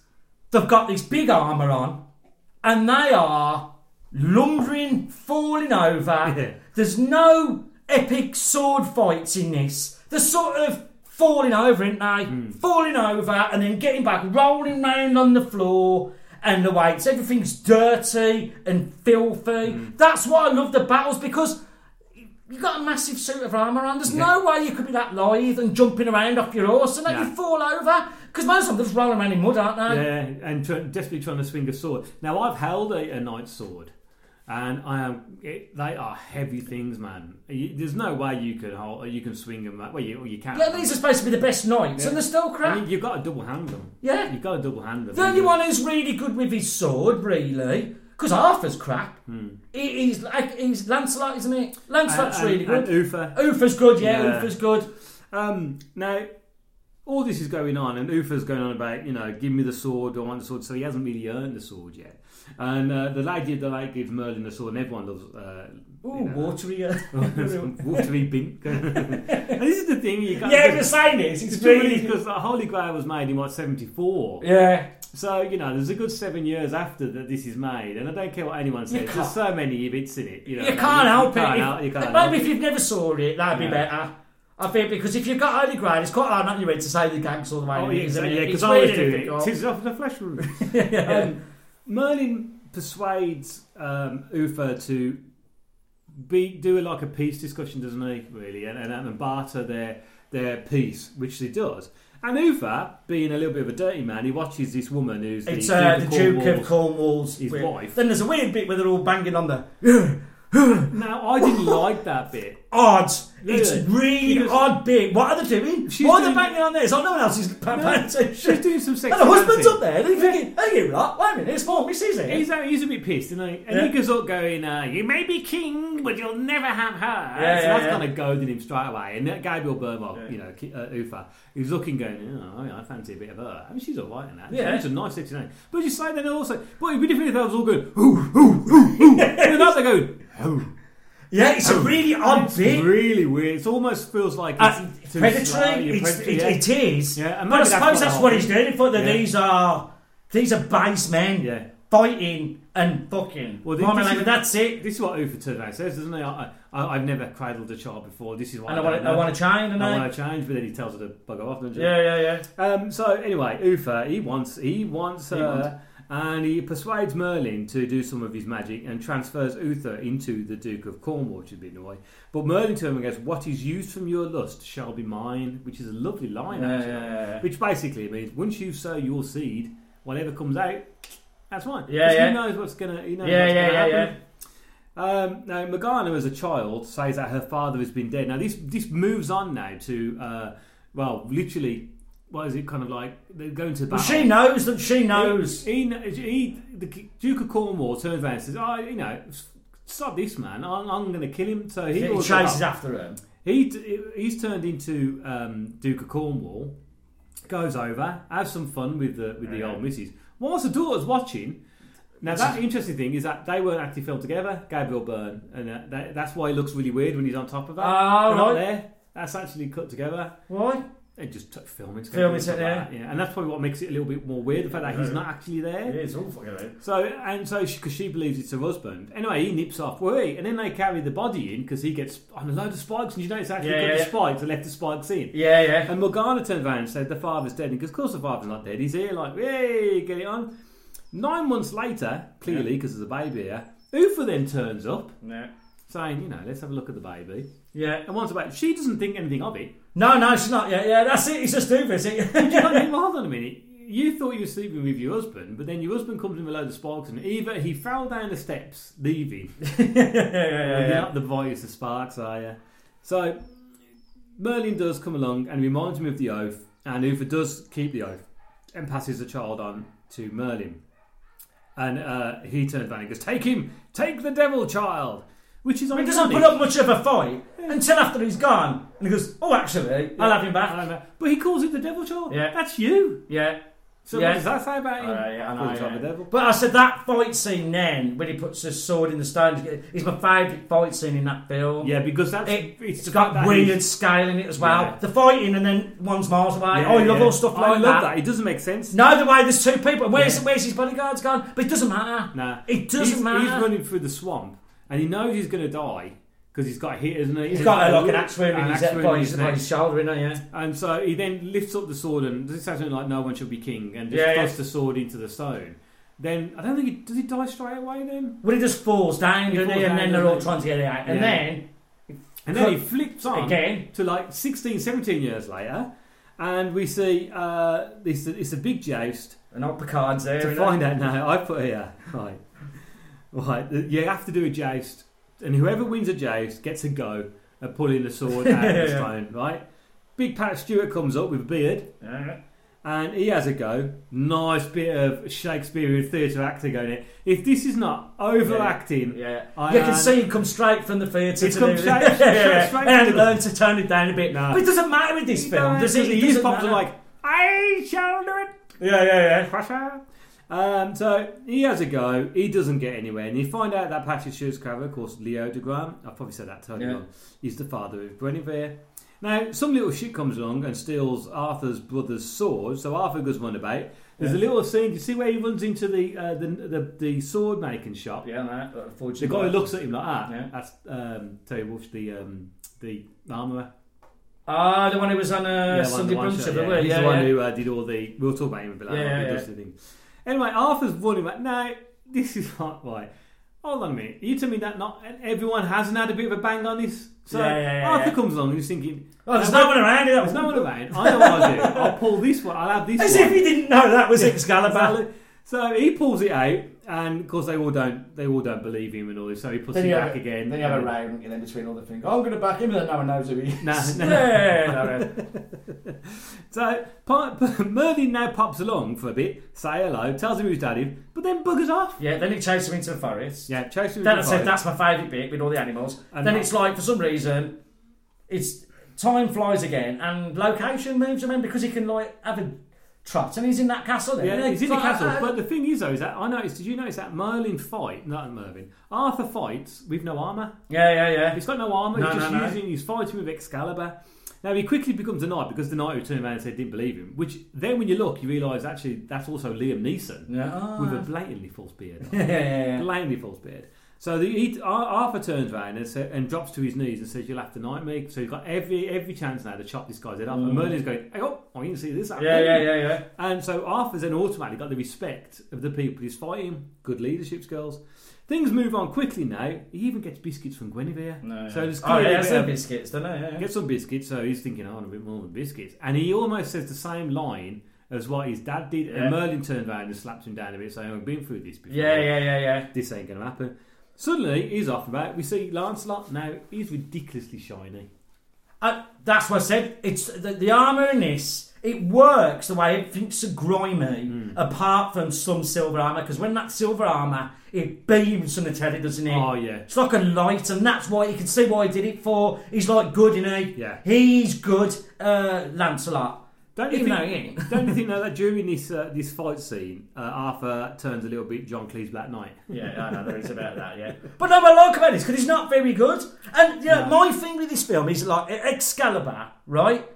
H: they've got this big armour on and they are lumbering, falling over.
G: Yeah.
H: There's no epic sword fights in this. They're sort of falling over, aren't they?
G: Hmm.
H: Falling over and then getting back, rolling round on the floor. And the weights, everything's dirty and filthy.
G: Hmm.
H: That's why I love the battles because you got a massive suit of armour on. There's no way you could be that lithe and jumping around off your horse and then
G: No.
H: you fall over. Because most of them just roll around in mud, aren't they?
G: Yeah, and tr- desperately trying to swing a sword. Now I've held a, a knight's sword, and I am. It, they are heavy things, man. You, there's no way you can hold. You can swing them. Well, you, you can.
H: Yeah, these are supposed to be the best knights, and they're still crap.
G: I mean, you've got to double hand them.
H: Yeah.
G: you've got to double hand them.
H: the only one who's really good with his sword, really, because Arthur's crap.
G: Hmm.
H: He, he's like he's Lancelot, isn't he? Lancelot's
G: And-
H: really
G: and- and
H: good.
G: Uther.
H: Uther's good, yeah,
G: Yeah.
H: Uther's good.
G: Um, now, all this is going on, and Ufa's going on about, you know, give me the sword, I want the sword. So he hasn't really earned the sword yet. And uh, the lady at the lake gives Merlin the sword, and everyone loves. Uh,
H: Ooh,
G: you know,
H: watery. uh,
G: watery bink. and this is the thing you can't.
H: yeah, the saying is, it's really
G: because the Holy Grail was made in what seventy four.
H: Yeah.
G: So you know, there's a good seven years after that this is made, and I don't care what anyone says.
H: can't-
G: There's so many bits in it. You, know,
H: You can't help
G: you
H: it.
G: Can't
H: If-
G: help, you can't
H: maybe
G: help
H: if you've never saw it, that'd be
G: Yeah.
H: better. I think because if you've got Holy Grail, it's quite hard not you ready to say the gags all the way.
G: Oh,
H: in,
G: yeah,
H: isn't
G: exactly.
H: it?
G: Yeah, because
H: It's
G: I was
H: really
G: doing it.
H: difficult.
G: Tis off the flesh room. um, Merlin persuades um, Uther to be do like a peace discussion, doesn't he? Really, and and, and barter their their piece, which he does. And Uva, being a little bit of a dirty man, he watches this woman who's
H: It's
G: the,
H: uh, the
G: Duke
H: Duke of
G: Cornwall's-
H: Cornwall's
G: his
H: weird-
G: wife.
H: Then there's a weird bit where they're all banging on the
G: Now, I didn't like that bit.
H: odd. It's
G: Yeah.
H: really
G: Because-
H: odd bit. What are they doing?
G: She's
H: Why are
G: doing-
H: they banging on there? It's like no one else is paying
G: No,
H: attention.
G: she's doing some
H: And
G: sexy
H: the husband's
G: dancing.
H: up there. And he's thinking, hey, you lot, wait a minute, it's more missus here.
G: He's, out, he's a bit pissed, isn't he? And
H: Yeah.
G: he goes up going, uh, You may be king, but you'll never have her.
H: Yeah,
G: so
H: yeah,
G: that's
H: yeah.
G: kind of goading him straight away. And that Gabriel Burma, you know, ki- uh, Ufa, he's looking going, Oh, yeah, I fancy a bit of her. I mean, she's all right in that.
H: Yeah.
G: She's a nice sexy name. But you say then also, but it'd be different if that was all good. Ooh, ooh, ooh, ooh. and now they're going, "Oh."
H: yeah, it's a really odd
G: It's
H: bit.
G: really weird. It almost feels like it's,
H: Uh,
G: it's
H: predatory,
G: yeah,
H: it's,
G: predatory,
H: it,
G: yeah.
H: it is.
G: Yeah, and
H: but
G: maybe
H: I
G: that's
H: suppose
G: what
H: that's
G: I-
H: what he's doing. For that
G: Yeah.
H: these are these are base men
G: Yeah.
H: fighting and fucking.
G: Well,
H: Well,
G: this- this is-
H: that's it.
G: This is what Ufa turns around says, doesn't he? I, I, I've never cradled a child before. This is why
H: And I
G: don't
H: want,
G: know.
H: I want to change, and
G: I
H: I.
G: want to change, but then he tells her to bugger off. Doesn't he?
H: Yeah, yeah, yeah.
G: Um, so anyway, Ufa he wants he wants
H: He
G: her, and he persuades Merlin to do some of his magic and transfers Uther into the Duke of Cornwall, which is a bit annoying. But Merlin to him and goes, "What is used from your lust shall be mine," which is a lovely line,
H: Yeah,
G: actually.
H: yeah, yeah, yeah.
G: Which basically means once you sow your seed, whatever comes out, that's mine.
H: Yeah,
G: 'Cause
H: yeah.
G: He knows what's gonna. He knows
H: Yeah,
G: what's
H: yeah,
G: gonna
H: yeah,
G: happen. Um, now, Morgana, as a child, says that her father has been dead. Now, this this moves on now to, uh, well, literally, what is it kind of like? They're going to battle.
H: Well, she knows that she knows.
G: He, he, he- the Duke of Cornwall turns around and says, "Oh, you know, stop this man! I'm, I'm going to kill him." So he,
H: He
G: goes
H: chases
G: up.
H: after him.
G: He d- he's turned into um, Duke of Cornwall. Goes over, has some fun with the with the old missus. Whilst the daughter's watching. Now that interesting thing is that they weren't actually filmed together. Gabriel Byrne, and uh, that, that's why he looks really weird when he's on top of that.
H: Oh,
G: They're not
H: right.
G: there. That's actually cut together.
H: Why?
G: They just took filming together.
H: Filming
G: and stuff
H: together.
G: like that, yeah. And that's probably what makes it a little bit more weird. The fact that he's not actually there.
H: It is all fucking out.
G: So and so because she, believes it's her husband. Anyway, he nips off worry, and then they carry the body in because he gets on a load of spikes, and you notice actually
H: Yeah,
G: got
H: yeah,
G: the
H: yeah.
G: spikes and left the spikes in.
H: Yeah, yeah.
G: And Morgana turned around and said the father's dead, because of course the father's not dead. He's here, like hey, get it on. Nine months later, clearly because there's a baby here, Ufa then turns up
H: No.
G: saying, you know, let's have a look at the baby.
H: Yeah.
G: And once about, she doesn't think anything of it.
H: No, no, she's not. Yeah, yeah. That's it. It's just stupid. Is
G: She's like,
H: it?
G: "Hey, well, hold on a minute. You thought you were sleeping with your husband, but then your husband comes in with a load of sparks, and either he fell down the steps, leaving, Well, You're not the voice of sparks, are you? So Merlin does come along and reminds him of the oath, and Uther does keep the oath and passes the child on to Merlin. And uh, he turns around and goes, "Take him, take the devil child," which is
H: He
G: ironic.
H: doesn't put up much of a fight until after he's gone, and he goes, "Oh, actually, I'll have him
G: I
H: back."
G: don't know. but he calls it the devil child.
H: Yeah.
G: that's you.
H: Yeah.
G: So
H: Yeah.
G: what does that say about him?
H: Alright, yeah, I know,
G: Calls him
H: yeah.
G: the devil.
H: But I said that fight scene then, when he puts his sword in the stone, is my favourite fight scene in that film.
G: Yeah, because that's
H: It,
G: it's
H: it's
G: the fact
H: got
G: that
H: weird
G: he's-
H: scale in it as well.
G: Yeah.
H: The fighting and then one's miles away.
G: Yeah,
H: oh, I love
G: yeah.
H: all stuff like
G: I love that. It doesn't make sense.
H: No, the way there's two people. Where's where's his bodyguards gone? But it doesn't matter.
G: Nah,
H: it doesn't
G: he's,
H: matter.
G: He's running through the swamp, and he knows he's going to die because he's got a hit, isn't he?
H: He's got a, like an
G: An
H: axe wound in his,
G: axe wound
H: by
G: in
H: his,
G: his
H: by
G: neck.
H: his shoulder, isn't it? Yeah.
G: And so he then lifts up the sword and does it sound like no one should be king, and just
H: Yeah, yeah.
G: thrusts the sword into the stone. Then I don't think he does. He die straight away then,
H: Well, he just falls down,
G: He
H: doesn't he?
G: falls down,
H: and then they're all
G: doesn't he?
H: trying to get it out. And
G: Yeah.
H: then
G: and then he flips on
H: Again.
G: to like 16, 17 years later, and we see uh, this. It's a big joust.
H: and old Picard's there.
G: to
H: isn't
G: find
H: it?
G: out now, I put here right, right. th- You have to do a joust, and whoever wins a joust gets a go at pulling the sword out of the
H: Yeah.
G: stone. Right. Big Pat Stewart comes up with a beard,
H: Yeah.
G: and he has a go. Nice bit of Shakespearean theatre acting on it. If this is not overacting,
H: Yeah,
G: I
H: you can
G: am-
H: see him come straight from the theatre.
G: He's
H: to
G: come
H: do
G: straight-
H: this.
G: straight- straight
H: and
G: from the-
H: learn to tone it down a bit.
G: Nah.
H: But it doesn't matter with this film, does it?
G: He
H: It
G: just
H: doesn't
G: pops up
H: matter.
G: like, I shall do it.
H: yeah, yeah, yeah.
G: Prussia. Um, so he has a go. He doesn't get anywhere, and you find out that Patrick Schutzgraver, of course, Leo de Gram. I've probably said that totally
H: Yeah.
G: wrong. He's the father of Guinevere. Now, some little shit comes along and steals Arthur's brother's sword. So Arthur goes run about. There's a little scene. You see where he runs into the uh, the, the the sword making shop.
H: Yeah, no,
G: The
H: unfortunately.
G: guy looks at him like that.
H: Yeah.
G: That's um, Terry Wolf, the um, the armourer.
H: Ah, the one who was on a
G: Yeah, one-
H: Sunday
G: the one
H: brunch
G: shot,
H: of the
G: yeah.
H: week.
G: He's
H: Yeah,
G: the one
H: yeah.
G: who uh, did all the. We'll talk about him a bit later.
H: Yeah,
G: on,
H: yeah,
G: he does the thing. Anyway, Arthur's running back. No, this is not right. Hold on a minute. Are you telling me that not everyone hasn't had a bit of a bang on this? So
H: Yeah, yeah, yeah,
G: Arthur
H: yeah.
G: comes along and he's thinking,
H: Oh, there's no one around here.
G: There's no one around. I know what I'll do. I'll pull this one. I'll have this
H: As
G: one.
H: if he didn't know that was
G: Exactly.
H: Excalibur.
G: So he pulls it out, and of course they all don't. They all don't believe him and all this. So he puts it back again.
H: Then you have a round, and then between all the things, oh, I'm going to back him, and then no one knows who he is.
G: No, no, no.
H: yeah, no, no.
G: So Pa- Merlin now pops along for a bit, say hello, tells him who's dad is, but then buggers off.
H: Yeah, then it chased him into the forest.
G: Yeah, chased him.
H: Then I
G: with the
H: said
G: fire.
H: that's my favourite bit with all the animals.
G: And
H: then
G: that-
H: it's like for some reason, it's time flies again and location moves. I mean because he can like have a trot and he's in that castle. Then.
G: Yeah,
H: And
G: he's in the
H: it's like,
G: castle.
H: uh,
G: But the thing is, though, is that I noticed. Did you notice that Merlin fight? Not Merlin. Arthur fights with no armor.
H: yeah, yeah, yeah.
G: He's got no armor.
H: No,
G: he's just
H: no, no.
G: using. He's fighting with Excalibur. Now he quickly becomes a knight because the knight who turned around and said didn't believe him. Which then, when you look, you realise actually that's also Liam Neeson
H: Yeah, ah.
G: with a blatantly false beard.
H: yeah, yeah, yeah.
G: blatantly false beard. So the, he, Ar- Arthur turns around and, sa- and drops to his knees and says, "You'll have to knight me." So you've got every every chance now to chop this guy's head off. And Merlin's going, "Hey, oh, I didn't see this." happen."
H: Mm. Yeah, yeah, yeah, yeah.
G: And so Arthur's then automatically got the respect of the people he's fighting. Good leadership skills. Things move on quickly now. He even gets biscuits from Guinevere. So there's
H: oh,
G: clearly a
H: yeah,
G: bit
H: it's the
G: of-
H: biscuits, don't know. Yeah, yeah.
G: Get some biscuits, so he's thinking, oh, I want a bit more than biscuits. And he almost says the same line as what his dad did.
H: Yeah.
G: And Merlin turned around and slapped him down a bit, saying, I've been through this before.
H: yeah, yeah, yeah, yeah.
G: This ain't going to happen. Suddenly, he's off and about. We see Lancelot now. He's ridiculously shiny.
H: Uh, that's what I said. It's the, the armor in this. It works the way everything's grimy,
G: Hmm.
H: apart from some silver armor. Because when that silver armor, it beams from the telly, doesn't it?
G: Oh, yeah.
H: It's like a light, and that's why you can see why he did it for. He's like good, you know.
G: Yeah.
H: He's good, uh, Lancelot.
G: Don't
H: Even
G: you
H: though he
G: think,
H: ain't.
G: don't you think though, that during this uh, this fight scene, uh, Arthur turns a little bit John Cleese Black Knight?
H: Yeah, I know there is about that. Yeah, but no, I like about this because he's not very good. And you know, my thing with this film is like Excalibur, right?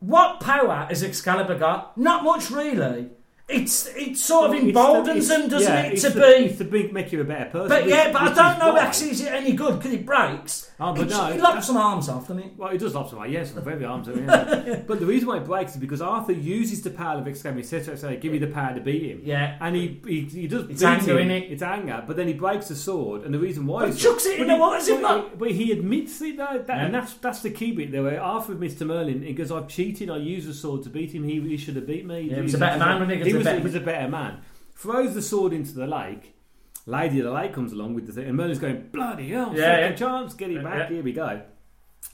H: What power has Excalibur got? Not much, really. It's it sort of
G: It's the-
H: emboldens
G: it's-
H: him, doesn't
G: yeah,
H: it,
G: it's
H: to
G: the-
H: be?
G: it's the big make you a better person.
H: but
G: which-
H: yeah, but I
G: which
H: don't
G: is
H: know.
G: why-
H: Actually, is it any good because it breaks?
G: Oh, but
H: it,
G: no,
H: it
G: it-
H: lops some arms off, doesn't it?
G: Well, it does lots of like, yes, I'm very arms. Yeah. but the reason why it breaks is because Arthur uses the power of Excalibur, etc. So give me the power to beat him.
H: Yeah.
G: and he he, he does.
H: It's
G: beat
H: anger,
G: him.
H: innit?
G: It's anger, but then he breaks the sword, and the reason why
H: But
G: is-
H: he chucks it in the water, isn't
G: but,
H: it?
G: but he admits it though, that, and
H: Yeah.
G: that's that's the key bit there. Where Arthur admits to Merlin, he goes, "I've cheated. I used the sword to beat him. He, he should have beat me.
H: Yeah, he was a better man, wasn't he? 'Cause
G: He
H: he
G: was,
H: bet-
G: he was a better man." Throws the sword into the lake. Lady of the Lake comes along with the thing, and Merlin's going, "Bloody hell!
H: Yeah,
G: second
H: yeah.
G: chance, get it back.
H: yeah.
G: Here we go."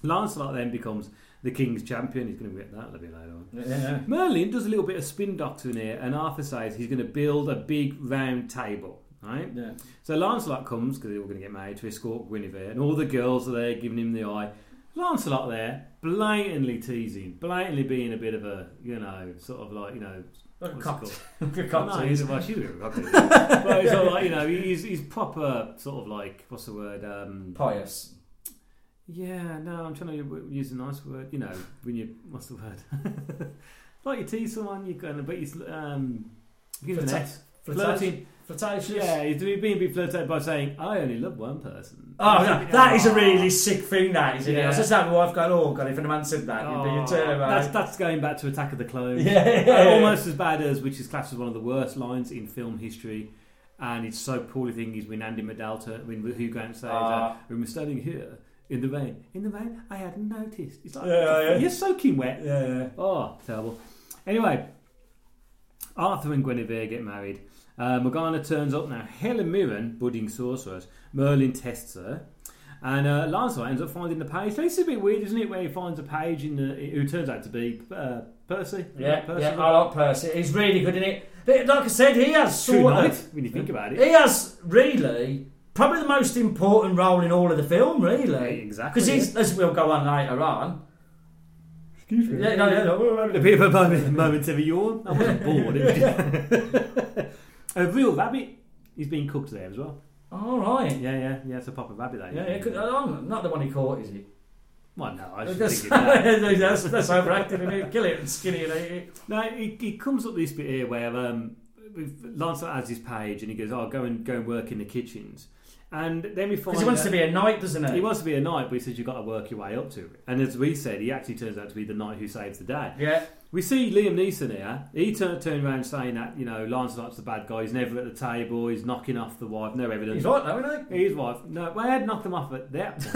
G: Lancelot then becomes the king's champion. He's going to get that a little bit later on.
H: Yeah.
G: Merlin does a little bit of spin doctoring here, and Arthur says he's going to build a big round table. Right?
H: Yeah.
G: So Lancelot comes because they're all going to get married to escort Guinevere, and all the girls are there giving him the eye. Lancelot there, blatantly teasing, blatantly being a bit of a, you know, sort of like, you know,
H: Like
G: what's
H: a
G: it
H: cock-
G: called?
H: like a
G: No,
H: cock
G: he's,
H: tease.
G: well, she's a bit of a cocktail. but it's all like, you know, he's, he's proper sort of like, what's the word? Um,
H: Pious.
G: yeah, no, I'm trying to w- use a nice word. You know, when you, what's the word? like you tease someone, you're going to, but he's, um, you give them an
H: Flirta-
G: S.
H: flirtati-
G: Flirting.
H: Flirtatious.
G: Yeah, he's doing- being a bit flirted by saying, I only love one person.
H: Oh, no, that is a really sick thing, that is, isn't it? I
G: Yeah.
H: was just like, my wife going, oh, God, if an man said that, you'd be
G: Oh,
H: a turn
G: that's, that's going back to Attack of the Clones.
H: Yeah.
G: Uh, almost as bad as, which is classed as one of the worst lines in film history. And it's so poorly thing is when Andy Medell, tur- when Hugh Grant says, uh,
H: Ah.
G: when we're standing here in the rain, in the rain, I hadn't noticed. It's like,
H: Yeah, yeah.
G: you're soaking wet.
H: Yeah, Uh, yeah.
G: Oh, terrible. Anyway, Arthur and Guinevere get married. Uh, Morgana turns up now. Helen Mirren, budding sorceress, Merlin tests her. And uh, Lancelot ends up finding the page. So This is a bit weird, isn't it? Where he finds a page in the who turns out to be uh, Percy.
H: Yeah,
G: Percy.
H: yeah, I like Percy. He's really good in it. But like I said, he has
G: True
H: sort
G: knight,
H: of.
G: when you think about it.
H: He has really probably the most important role in all of the film, really.
G: exactly,
H: Because he's, as we'll go on later on.
G: Excuse
H: Yeah, no, yeah,
G: A
H: no.
G: bit of a moment, moment of a yawn. I wasn't bored. It was a real rabbit. He's being cooked there as well.
H: All right.
G: Yeah, yeah, yeah. It's a proper rabbit. That
H: Yeah, yeah, good. Oh, not the one he caught, is he?
G: Well, no, I should
H: That's,
G: think that.
H: that's, that's overacting, isn't it? Kill it and skinny and eat it.
G: No, it, it comes up this bit here where um, we've- Lancelot has his page and he goes, "Oh, go and go and work in the kitchens." And then we find
H: Because he wants to be a knight, doesn't
G: he wants to be a knight, but he says you've got to work your way up to it. And as we said, he actually turns out to be the knight who saves the day.
H: Yeah.
G: We see Liam Neeson here. He turned, turned around saying that, you know, Lancelot's the bad guy. He's never at the table. He's knocking off the wife. No evidence.
H: He's right though, isn't
G: His wife. No, well, I had knocked him off at that.
H: he?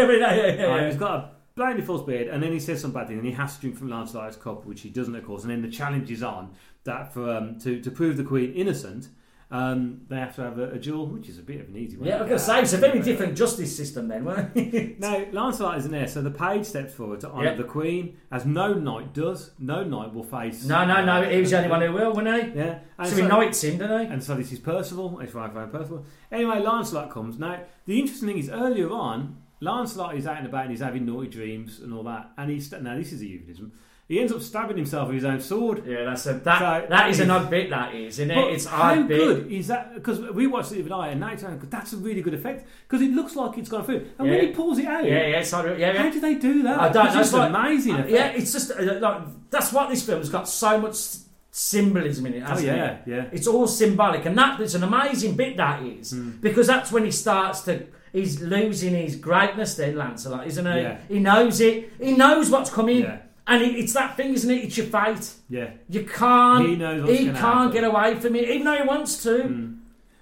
H: I mean, yeah, yeah, yeah,
G: Uh,
H: yeah.
G: He's got a blindly false beard, and then he says some bad thing, and he has to drink from Lancelot's cup, which he doesn't, of course. And then the challenge is on that for um, to to prove the queen innocent, um, they have to have a, a duel, which is a bit of an easy one.
H: Yeah, I was going to say, it's a very different justice system then, wasn't it?
G: No, Lancelot isn't there, so the page steps forward to honour
H: Yeah.
G: the queen, as no knight does. No knight will face. Uh,
H: no, no, no, he was the only one who will, wasn't he?
G: Yeah, and
H: So he knights him, didn't he?
G: And so this is Percival. It's right find Percival. Anyway, Lancelot comes. Now, the interesting thing is earlier on, Lancelot is out and about and he's having naughty dreams and all that. And he's now this is a euphemism. He ends up stabbing himself with his own sword.
H: Yeah, that's a,
G: So,
H: that, that is
G: that is-
H: an odd bit, that is, isn't it?
G: But
H: it's an
G: how
H: odd bit.
G: good is that? Because we watched it the other night, and now it's like, that's a really good effect because it looks like it's gone through. And
H: Yeah.
G: when he pulls it out,
H: Yeah, yeah, it's hard, yeah, yeah.
G: how do they do that?
H: I don't
G: It's
H: know.
G: just
H: it's like-
G: amazing.
H: uh,
G: effect.
H: yeah, it's just uh, like that's what this film's got so much s- symbolism in it. Hasn't
G: Oh, yeah,
H: it?
G: yeah.
H: It's all symbolic, and that is an amazing bit. That is
G: Hmm.
H: because that's when he starts to. He's losing his greatness then, Lancelot, isn't he?
G: Yeah.
H: He knows it. He knows what's coming,
G: Yeah.
H: and it, it's that thing, isn't it? It's your fate.
G: yeah.
H: You can't.
G: He knows what's
H: he
G: gonna
H: can't
G: happen. Hmm.
H: get away from it, even though he wants to.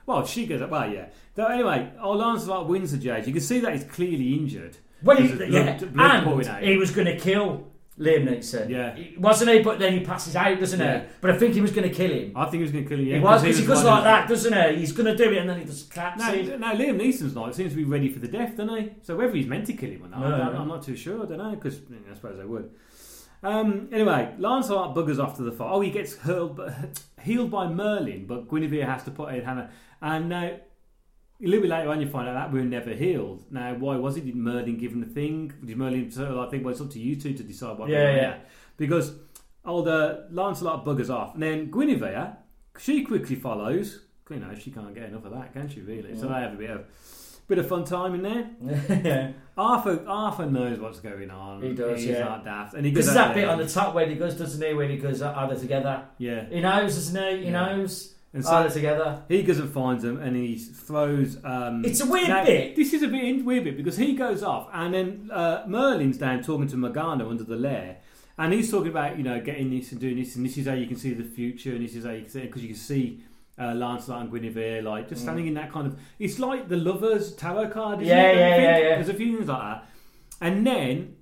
G: Well, she goes up. Well, yeah. Though anyway, oh, Lancelot wins the judge. You can see that he's clearly injured.
H: Well, he,
G: There's blood-
H: yeah,
G: blood pouring out.
H: and he was going to kill Liam Neeson.
G: Yeah.
H: He- wasn't he? But then he passes out, doesn't
G: Yeah.
H: he? But I think he was going to kill him.
G: I think he was going to kill him. yeah,
H: He was because he
G: was
H: goes
G: one
H: like
G: of-
H: that, doesn't he? He's going to do it, and then he just claps
G: No,
H: it.
G: no, Liam Neeson's not. It seems to be ready for the death, doesn't he? So whether he's meant to kill him or not,
H: No,
G: I
H: no.
G: am not too sure. I don't know because I suppose I would. Um, anyway, Lancelot buggers off to the fight. Oh, he gets hurled, healed by Merlin, but Guinevere has to put in Hannah. And now, a little bit later on, you find out that we were never healed. Now, why was it? Did Merlin give him the thing? Did Merlin sort of like think, well, it's up to you two to decide what?
H: Yeah,
G: we're
H: yeah.
G: at? Because old uh, Lancelot buggers off, and then Guinevere, she quickly follows. You know, she can't get enough of that, can she? Really? So they have a bit of bit of fun time in there.
H: yeah.
G: Arthur Arthur knows what's going on.
H: He does,
G: He's
H: yeah.
G: not daft, and he
H: This
G: goes
H: is
G: out
H: that bit
G: there.
H: on the top where he goes, doesn't he? Where he goes, are they together?
G: yeah.
H: He knows, doesn't he? He
G: Yeah.
H: knows.
G: And so-
H: Are they together?
G: He goes and finds him, and he throws. Um,
H: It's a weird bit.
G: This is a bit in- weird bit because he goes off, and then uh, Merlin's down talking to Morgana under the lair, and he's talking about you know getting this and doing this, and this is how you can see the future, and this is how you can see because you can see. Uh, Lancelot and Guinevere, like just standing in that kind of, it's like the lovers tarot card. Isn't
H: Mm. Yeah,
G: it?
H: yeah,
G: Don't you
H: yeah,
G: think?
H: yeah.
G: There's a few things like that, and then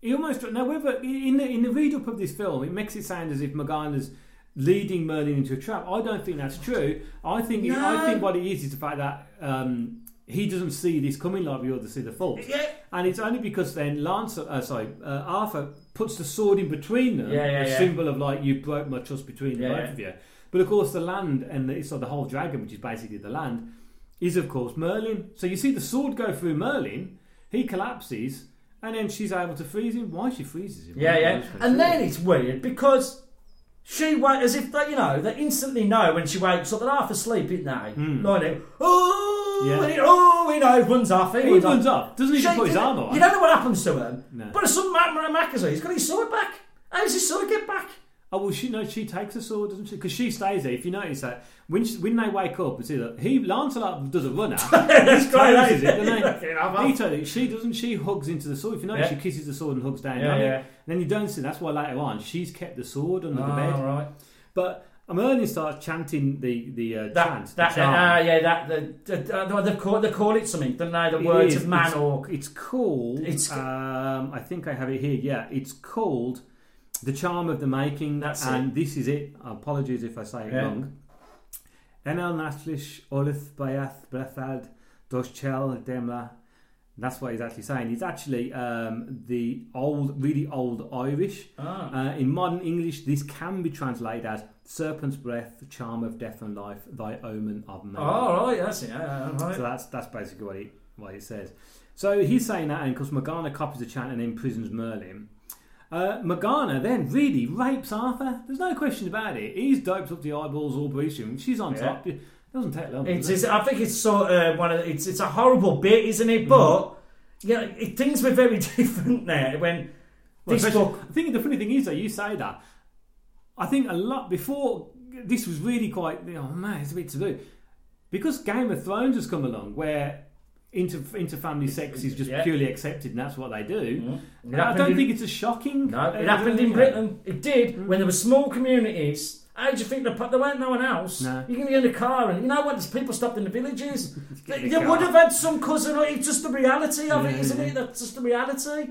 G: he almost now whether in the in the read up of this film, it makes it sound as if Morgana's leading Merlin into a trap. I don't think that's true. I think it- I
H: No.
G: think what it is is the fact that um, he doesn't see this coming like we ought to see the fault.
H: Yeah.
G: And it's only because then Lance, uh, sorry, uh, Arthur puts the sword in between them,
H: Yeah, yeah,
G: a
H: yeah.
G: symbol of like you broke my trust between the
H: Yeah,
G: both
H: yeah.
G: of you. But of course, the land and the, so the whole dragon, which is basically the land, is of course Merlin. So you see the sword go through Merlin, he collapses, and then she's able to freeze him. Why she freezes him?
H: Yeah,
G: Why
H: yeah.
G: does she?
H: And then it's weird because she wait as if they, you know, they instantly know when she wakes up. They're half asleep, isn't they? Like, they, oh,
G: Hmm. Yeah.
H: and he, oh, he knows, runs off. He,
G: he runs up. Doesn't he
H: She-
G: just put his arm on?
H: You don't know what happens to him.
G: No.
H: But some man Mackenzie, he's got his sword back. How does his sword get back?
G: Oh well, she no, she takes a sword, doesn't she? Because she stays there. If you notice that, when she, when they wake up and see that he Lancelot does a runner,
H: That's great,
G: closes
H: isn't
G: it,
H: it?
G: doesn't
H: Fucking
G: he?
H: hell,
G: He totally- she doesn't. She hugs into the sword. If you notice,
H: Yeah.
G: she kisses the sword and hugs down.
H: Yeah,
G: and
H: yeah.
G: Then you don't see. That's why later on she's kept the sword under the bed.
H: All Oh, right.
G: But Merlin starts chanting the the uh,
H: That,
G: chant.
H: that,
G: the charm.
H: uh, yeah, that, the, the, uh, they, call, they call it something, don't they? The
G: It
H: words
G: is.
H: of man
G: it's,
H: or.
G: it's called.
H: It's-
G: um, I think I have it here. Yeah, it's called the charm of the making.
H: That's
G: and this is it. Apologies if I say it
H: Yeah.
G: wrong. Enel naslish olith bayath brethad doschel demla. That's what he's actually saying. It's actually um, the old, really old Irish.
H: Ah.
G: Uh, in modern English, this can be translated as "serpent's breath, charm of death and life, thy omen of man."
H: Oh, all right, that's it. Yeah, all right.
G: So that's that's basically what he what he says. So he's saying that, and of course Morgana copies the chant and imprisons Merlin. Uh, Morgana then really rapes Arthur. There's no question about it. He's doped up the eyeballs, all breached him. She's on
H: Yeah.
G: top. It doesn't take long.
H: It's,
G: does it?
H: it's, I think it's sort of uh, one of the- it's it's a horrible bit, isn't it? But
G: Mm.
H: you know, it, things were very different there when
G: Well,
H: this
G: especially-
H: book.
G: I think the funny thing is though, you say that. I think a lot before this was really quite. you know, Oh man, it's a bit to do because Game of Thrones has come along where inter inter family sex is just
H: Yeah. Mm-hmm.
G: purely accepted, and that's what they do.
H: It
G: I
H: happened
G: don't
H: in-
G: think it's a shocking.
H: No,
G: uh,
H: it happened in
G: yeah. Mm.
H: Britain. It did when there were small communities. How do you think the, pu- there weren't no one else?
G: No.
H: You can be in a car, and you know what? There's people stopped in the villages.
G: Get in
H: you
G: the car.
H: would have had some cousin. Or, it's just the reality of it,
G: Yeah,
H: isn't
G: yeah. Mm.
H: it? That's just the reality.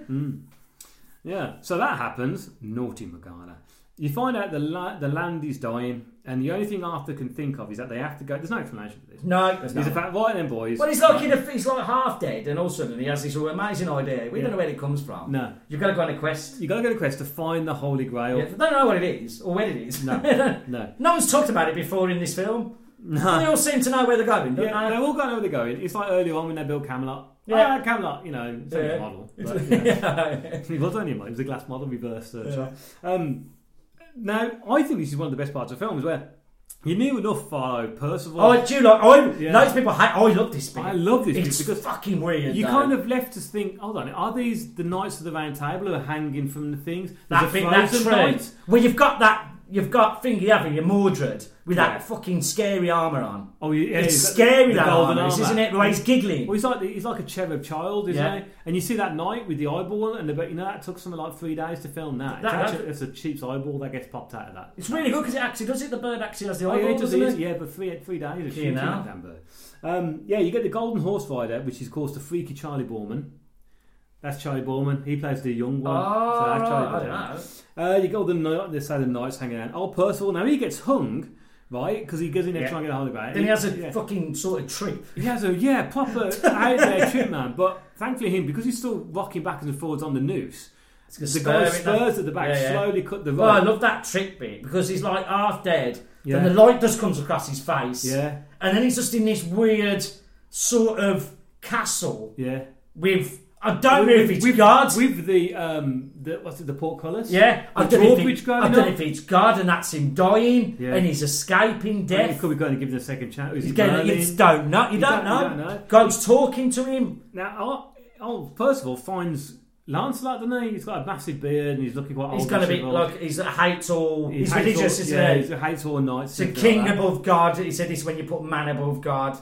G: Yeah, so that happens. Naughty Morgana. You find out the la- the land is dying, and the only thing Arthur can think of is that they have to go. There's no explanation for this.
H: No, there's
G: He's
H: not.
G: a fact, right then, boys.
H: Well, he's like in a, he's like half dead, and all of a sudden he has this amazing idea. We
G: Yeah.
H: don't know where it comes from.
G: No.
H: you've got to go on a quest.
G: you got to go to quest to find the Holy Grail.
H: Yeah, they don't know what it is or when it is.
G: No, no.
H: no one's talked about it before in this film.
G: No.
H: They all seem to know where they're going, don't
G: Yeah,
H: they?
G: they've all got to know where they're going. It's like earlier on when they built Camelot.
H: Yeah.
G: Yeah, Camelot. You know, it's only
H: Yeah.
G: a model. But, you know. it was only a model. It was a glass model reverse. Uh, shot. Um, now, I think this is one of the best parts of films where you knew enough for Percival.
H: Oh, do you like? I
G: Yeah.
H: loads of people hate. I love this bit.
G: I love this
H: It's
G: bit because
H: fucking weird.
G: You
H: though.
G: kind of left us think, hold on, are these the knights of the round table who are hanging from the things? There's
H: that
G: a
H: bit.
G: frozen
H: That's right.
G: knight.
H: Well, you've got that. You've got thingy, haven't you? Mordred with that
G: Yeah.
H: fucking scary armor on.
G: Oh, yeah,
H: it's
G: he's got
H: scary
G: the
H: that
G: golden
H: armor, is,
G: armour.
H: isn't it? Where he's giggling.
G: Well, he's like he's like a cherub child, isn't
H: Yeah.
G: he? And you see that knight with the eyeball, and the, but you know that took something like three days to film that.
H: That-
G: it's, actually, it's a cheap's eyeball that gets popped out of that.
H: It's really good because it actually does it. The bird actually has the
G: Oh,
H: eyeball,
G: yeah, it does,
H: doesn't
G: it is.
H: it?
G: yeah, but three three days of
H: Fucking
G: shooting
H: hell.
G: that damn bird. Um, yeah, you get the golden horse rider, which is of course the freaky Charlie Borman. That's Charlie Borman. He plays the young one.
H: Oh,
G: so that's Charlie
H: right, I don't
G: Borman.
H: know.
G: Uh, you got all the knight, the Silent Knights hanging out. Oh, Percival, now he gets hung, right? Because he goes in there
H: Yeah.
G: trying to get a hold of it.
H: Then he has a
G: yeah.
H: fucking sort of trip.
G: He has a, yeah, proper out there trip, man. But thankfully, him, because he's still rocking back and forwards on the noose, the guy
H: Spur it up.
G: spurs at the back
H: Yeah, yeah.
G: slowly cut the rope.
H: Well, I love that trick bit because he's like half dead.
G: Yeah.
H: Then the light just comes across his face.
G: Yeah.
H: And then he's just in this weird sort of castle
G: yeah.
H: with I don't know if it's
G: with,
H: guards.
G: With the, um, the, what's it, the portcullis?
H: yeah, I
G: The
H: don't, know if,
G: drawbridge
H: it,
G: going
H: I
G: up.
H: don't know if it's God and that's him dying
G: Yeah.
H: and he's escaping
G: And he
H: death.
G: could be going to give him a second chance. Is
H: He's
G: he
H: getting,
G: Merlin?
H: you don't know. You,
G: don't-
H: don't,
G: you
H: know.
G: don't know.
H: God's talking to him.
G: Now, oh, oh, Percival finds Lancelot, doesn't he? He's got a massive beard and he's looking quite old.
H: He's going to
G: and
H: be
G: shriveled.
H: like, he's a hates all,
G: He
H: he's
G: hates
H: religious,
G: all-
H: isn't
G: yeah,
H: he?
G: He's a hates all knights.
H: It's a
G: something
H: king
G: like that.
H: above God. He said this when you put man above God.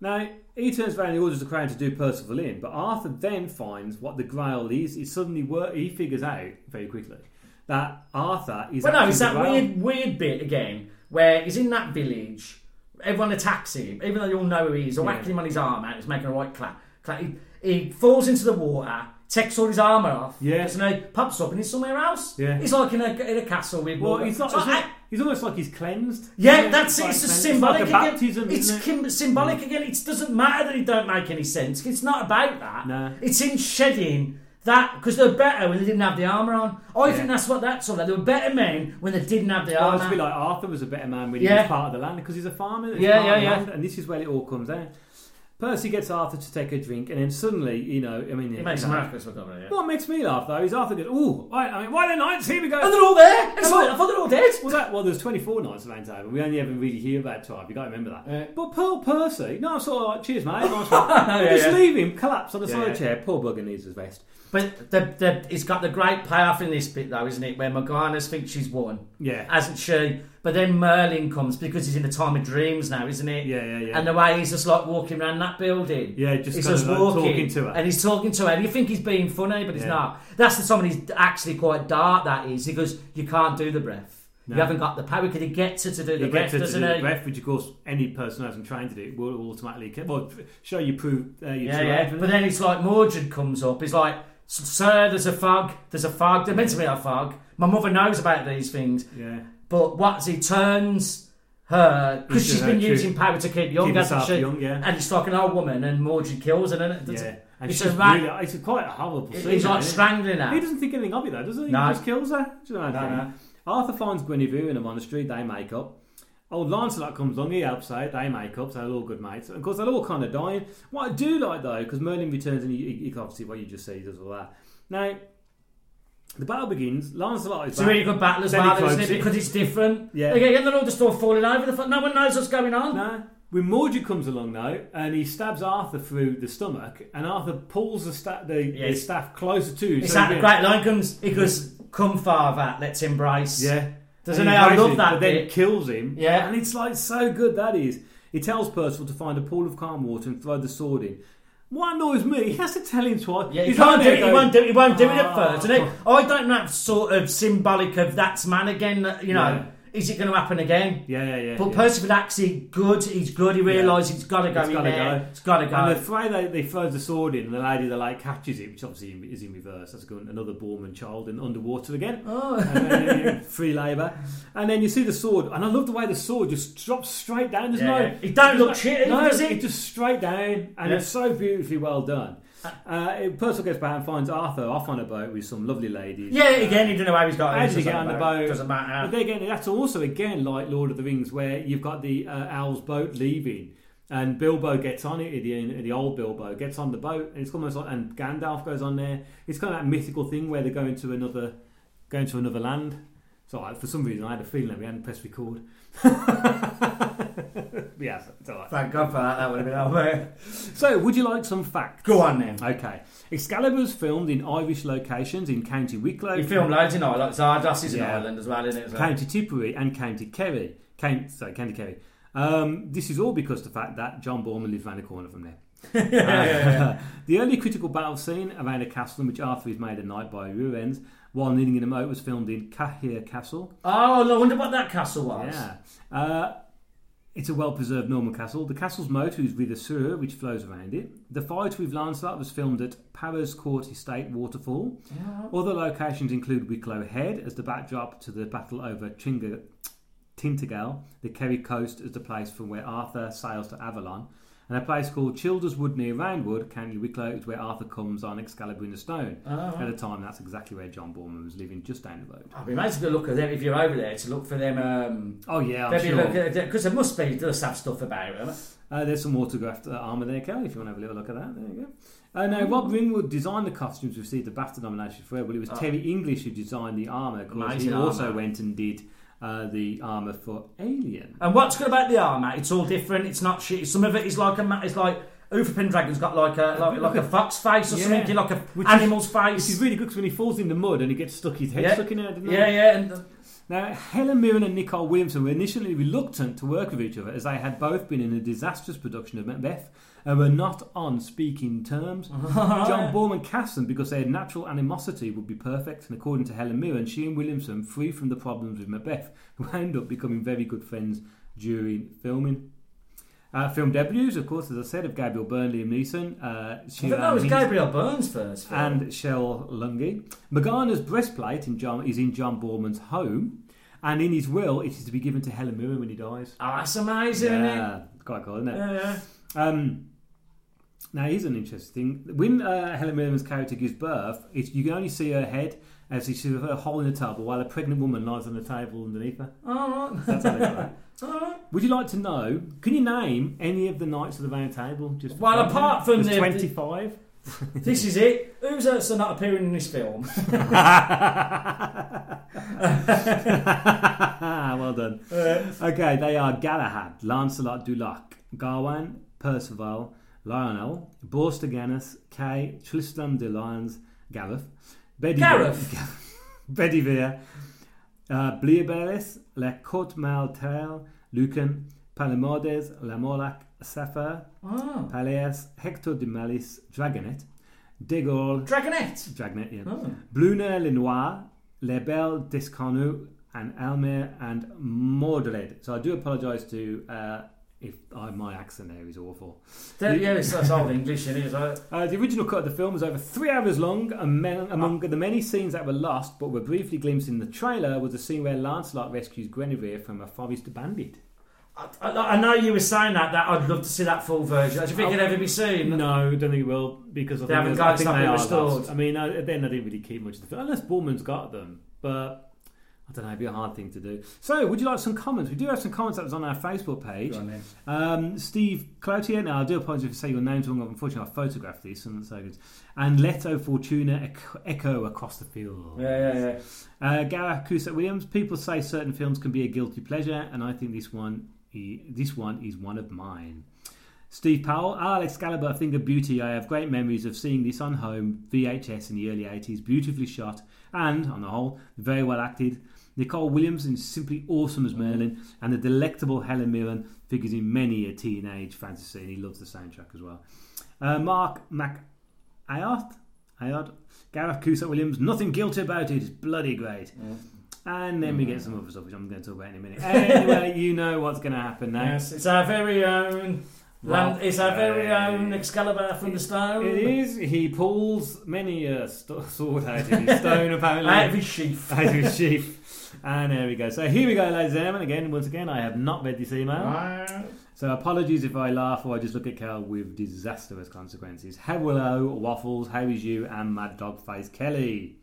G: Now, he turns around and he orders the crowd to do Percival in, but Arthur then finds what the Grail is. He suddenly wor- he figures out very quickly that Arthur is.
H: But no,
G: actually
H: it's
G: the
H: that
G: Grail.
H: weird, weird bit again where he's in that village. Everyone attacks him, even though they all know who he is. They're whacking him on his arm out. He's making a right clap. clap. He, he falls into the water, takes all his armour off.
G: Yeah.
H: And he pops up and he's somewhere else.
G: Yeah.
H: He's like in a, in a castle with
G: Well,
H: water.
G: he's not.
H: So
G: he's,
H: I-
G: not- he's almost like he's cleansed.
H: yeah,
G: He's
H: that's it.
G: like
H: It's just
G: cleansed.
H: symbolic
G: It's like a
H: again.
G: baptism.
H: It's
G: isn't it?
H: kim- symbolic again. It doesn't matter that it don't make any sense. It's not about that.
G: No.
H: It's in shedding that because they're better when they didn't have the armor on. I
G: Yeah.
H: think that's what that's all about. They were better men when they didn't have the
G: Well, it's a
H: armor.
G: bit like Arthur was a better man when he
H: Oh, Yeah.
G: was part of the land because he's a farmer. He's
H: Yeah,
G: part of
H: yeah,
G: the
H: yeah.
G: land, and this is where it all comes down. Percy gets Arthur to take a drink, and then suddenly, you know, I mean,
H: it makes
G: you know,
H: America look over it.
G: What makes me laugh though is Arthur goes, "Oh, right, I mean, why are there knights? Here we go."
H: And they're all there. It's
G: Come
H: like,
G: on.
H: I thought they're all dead.
G: Well, that, well, there's 24 nights around table. We only ever really hear about 12. You got to remember that. But Pearl Percy, no, I'm sort of like, cheers, mate. Nice one. They just
H: yeah.
G: leave him, collapse on the side
H: yeah.
G: chair. Poor bugger needs his rest.
H: But the, the, it's got the great payoff in this bit though, isn't it? Where Morgana thinks she's won.
G: Yeah.
H: Hasn't she? But then Merlin comes because he's in the time of dreams now, isn't it?
G: Yeah, yeah, yeah.
H: And the way he's just like walking around that building.
G: Yeah, just
H: he's
G: kind
H: just
G: of, like,
H: walking,
G: talking to her.
H: And he's talking to her. And you think he's being funny, but he's
G: Yeah.
H: not. That's the somebody who's actually quite dark that is. He goes, You can't do the breath. You haven't got the power because he gets her to do the
G: He gets
H: breath,
G: her to do
H: doesn't
G: the
H: he?
G: breath, which of course any person who hasn't trained to do it will automatically get. Well, show you prove uh, your
H: Yeah,
G: true
H: yeah.
G: age,
H: But then it's like Mordred comes up. He's like, Sir, there's a fog. There's a fog. There meant to be a fog. My mother knows about these things.
G: yeah.
H: But what's he turns her because
G: Into
H: she's
G: her
H: been
G: true-
H: using power to keep young,
G: keep
H: hasn't
G: herself
H: she?
G: young, yeah.
H: And it's like an old woman, and Mordred kills her, and it?
G: Yeah, and
H: it's
G: she's
H: a rat.
G: really, it's a quite a horrible scene.
H: he's like
G: isn't it?
H: strangling her.
G: He doesn't think anything of it though, does he? He
H: No.
G: just kills her. Just like that.
H: no.
G: Arthur finds Guinevere in a monastery. They make up. Old Lancelot comes along. He helps out. They make up. So they're all good mates. Of course, they're all kind of dying. What I do like though, because Merlin returns and he, he, he obviously what you just say he does all that. Now. The battle begins. Lancelot is
H: It's a really good battle as
G: Then he
H: well, isn't
G: cloaks
H: it?
G: it.
H: Because it's different.
G: Yeah.
H: Again, and they're all just all falling over. The front. No one knows what's going on.
G: No. When Mordred comes along now, and he stabs Arthur through the stomach, and Arthur pulls the, sta- the, the
H: Yes.
G: staff closer to.
H: It's
G: so
H: that
G: he-
H: great line comes. He goes, "Come, father, let's embrace."
G: Yeah.
H: Doesn't
G: And
H: it? I
G: embraces
H: love
G: him,
H: that
G: But then
H: bit.
G: kills him.
H: Yeah.
G: And it's like so good that is. He tells Percival to find a pool of calm water and throw the sword in. What annoys me, he has to tell him twice.
H: Yeah, he
G: He's
H: can't
G: like,
H: do it. He
G: go,
H: won't do it. He won't do it at
G: "Ah."
H: first. And it- I don't know. It's sort of symbolic of that's man again. that, You know,
G: Yeah.
H: is it going to happen again?
G: Yeah, yeah, yeah.
H: But
G: yeah.
H: Percival actually good. He's good. He realises he's got to go
G: It's
H: in
G: gotta
H: there.
G: go.
H: It's got to
G: And
H: go.
G: the way they, they throw the sword in, the lady that like catches it, which obviously is in reverse. That's good. Another Borman child and underwater again. Oh, and then, uh, free labour. And then you see the sword, and I love the way the sword just drops straight down. There's
H: Yeah.
G: no,
H: It don't
G: there's
H: look
G: no-
H: shit,
G: No,
H: does it?
G: it's just straight down, and
H: Yeah.
G: it's so beautifully well done. Uh, it- Percival gets back and finds Arthur off on a boat with some lovely ladies.
H: Yeah, again, he don't know how he's got. it.
G: How did he
H: Doesn't
G: get on the
H: matter.
G: boat?
H: Doesn't
G: But
H: matter.
G: then again, that's also again like Lord of the Rings, where you've got the uh, owl's boat leaving, and Bilbo gets on it. The, the old Bilbo gets on the boat, and it's almost like and Gandalf goes on there. It's kind of that mythical thing where they're going to another, going to another land. So I, for some reason, I had a feeling that we hadn't pressed record. yeah, it's all right.
H: Thank God for that. That would have been over.
G: So, would you like some facts?
H: Go on then.
G: Okay, Excalibur's filmed in Irish locations in County Wicklow.
H: You film loads in Ireland. Zardas is
G: Yeah.
H: in Ireland as well, isn't it? So-
G: County Tipperary and County Kerry. County, sorry, County Kerry. Um, this is all because of the fact that John Borman lives around the corner from there. Uh, the only critical battle scene around a castle in which Arthur is made a knight by Ruens while kneeling in a moat was filmed in Cahir Castle.
H: Oh, no, I wonder what that castle was.
G: Yeah. Uh, it's a well preserved Norman castle. The castle's moat is with a sewer which flows around it. The fight with Lancelot was filmed at Powers Court Estate Waterfall. Other locations include Wicklow Head as the backdrop to the battle over Tringa- Tintagel, the Kerry coast as the place from where Arthur sails to Avalon, and a place called Childerswood near Roundwood, County Wicklow, is where Arthur comes on Excalibur in the Stone. At the time, that's exactly where John Borman was living, just down the road.
H: I'd be amazed to go look at them if you're over there to look for them. Um,
G: Oh yeah, I'm
H: because
G: sure.
H: there must be it does have stuff about them.
G: Uh, there's some autographed uh, armour there, Kelly, if you want to have a little look at that. There you go. Uh, now, Rob Ringwood designed the costumes, received the BAFTA nomination for it, but it
H: Oh.
G: was Terry English who designed the armour. Of course, he
H: Amazing
G: also
H: armour.
G: went and did uh, the armour for Alien.
H: And what's good about the armour? It's all different. It's not shit. Some of it is like a ma- it's like Uther Pendragon's got like a like, like a fox face or
G: Yeah.
H: something, like a
G: Which is-
H: animal's face.
G: This is really good because when he falls in the mud and he gets stuck, his head
H: yeah.
G: stuck in there, didn't
H: yeah,
G: it?
H: yeah, and
G: Now, Helen Mirren and Nicole Williamson were initially reluctant to work with each other as they had both been in a disastrous production of Macbeth and were not on speaking terms. John Borman cast them because their natural animosity would be perfect, and according to Helen Mirren, she and Williamson, free from the problems with Macbeth, wound up becoming very good friends during filming. Uh, film debuts, of course, as I said, of Gabriel Byrne, Liam Neeson, uh,
H: I
G: Shivan
H: thought that was
G: Hinton-
H: Gabriel Burns first. film.
G: and Shell Lungi. Morgana's breastplate in John, is in John Borman's home, and in his will, it is to be given to Helen Mirren when he dies.
H: oh, that's amazing, isn't it?
G: quite cool, isn't it?
H: Yeah.
G: Um, now, here's an interesting thing. When uh, Helen Mirren's character gives birth, it's, you can only see her head as she- she's a hole in the table while a pregnant woman lies on the table underneath her.
H: All right.
G: That's how they got that.
H: All right.
G: Would you like to know? Can you name any of the Knights of the Round Table? Just for
H: Well,
G: fun?
H: apart from
G: There's
H: the-
G: 25.
H: This is it. Who's else are not appearing in this film?
G: well done. okay, they are Galahad, Lancelot du Lac, Gawain, Perceval, Lionel, Borstaganus, Kay, Tristan de Lyons, Gareth, Bedivere,
H: Gareth.
G: Bedivere, uh, Bleoberis, Le Cote Maltail, Lucan, Palomodes, Lamolac, Sapphire,
H: Oh.
G: Peleus, Hector de Malis, Dragonet, De Gaulle,
H: Dragonette.
G: Dragnet, yeah.
H: Oh.
G: Bluna Lenoir, Lebel Descarnu, and Elmer and Mordeled. So I do apologise to uh, if I, my accent there is awful.
H: Yeah, it's, that's old English, isn't it? It's like-
G: Uh, the original cut of the film was over three hours long, and men, among the many scenes that were lost but were briefly glimpsed in the trailer was the scene where Lancelot rescues Guinevere from a forest bandit.
H: I, I know you were saying that. That I'd love to see that full version. Do you think it'd ever be seen?
G: No, I don't think it will because I
H: They
G: think,
H: haven't
G: there's-
H: got
G: I think
H: something
G: they are
H: restored.
G: lost. I mean, I, then I didn't really keep much of the film unless Borman's got them, but I don't know. It'd be a hard thing to do. So, would you like some comments? We do have some comments that was on our Facebook page.
H: on then.
G: um, Steve Cloutier. Now, I do apologise if I say your name's wrong. Unfortunately, I photographed these, and that's so good. And Leto Fortuna ec- echo across the field.
H: Yeah, yeah, yeah.
G: Uh, Gareth Cusack Williams. People say certain films can be a guilty pleasure, and I think this one, i- this one is one of mine. Steve Powell, Ah, Excalibur, a thing of beauty. I have great memories of seeing this on home VHS in the early 80s. Beautifully shot and, on the whole, very well acted. Nicole Williams is simply awesome as Merlin, and the delectable Helen Mirren figures in many a teenage fantasy, and he loves the soundtrack as well. Uh, Mark Mac Ayart, Ayart, Gareth Cusack Williams, nothing guilty about it. It's bloody great. And then we get some other stuff, which I'm going to talk about in a minute. Anyway, you know what's going to happen now.
H: Yes, it's our very own. Land, it's our very
G: Right.
H: own Excalibur from the stone.
G: It is. He pulls many a st- sword out of his stone, apparently.
H: Out of his sheath.
G: out of his sheath. And there we go. So here we go, ladies and gentlemen. Again, once again, I have not read this email. So apologies if I laugh or I just look at Cal with disastrous consequences. Hello, Waffles. How is you and Mad Dog Face Kelly?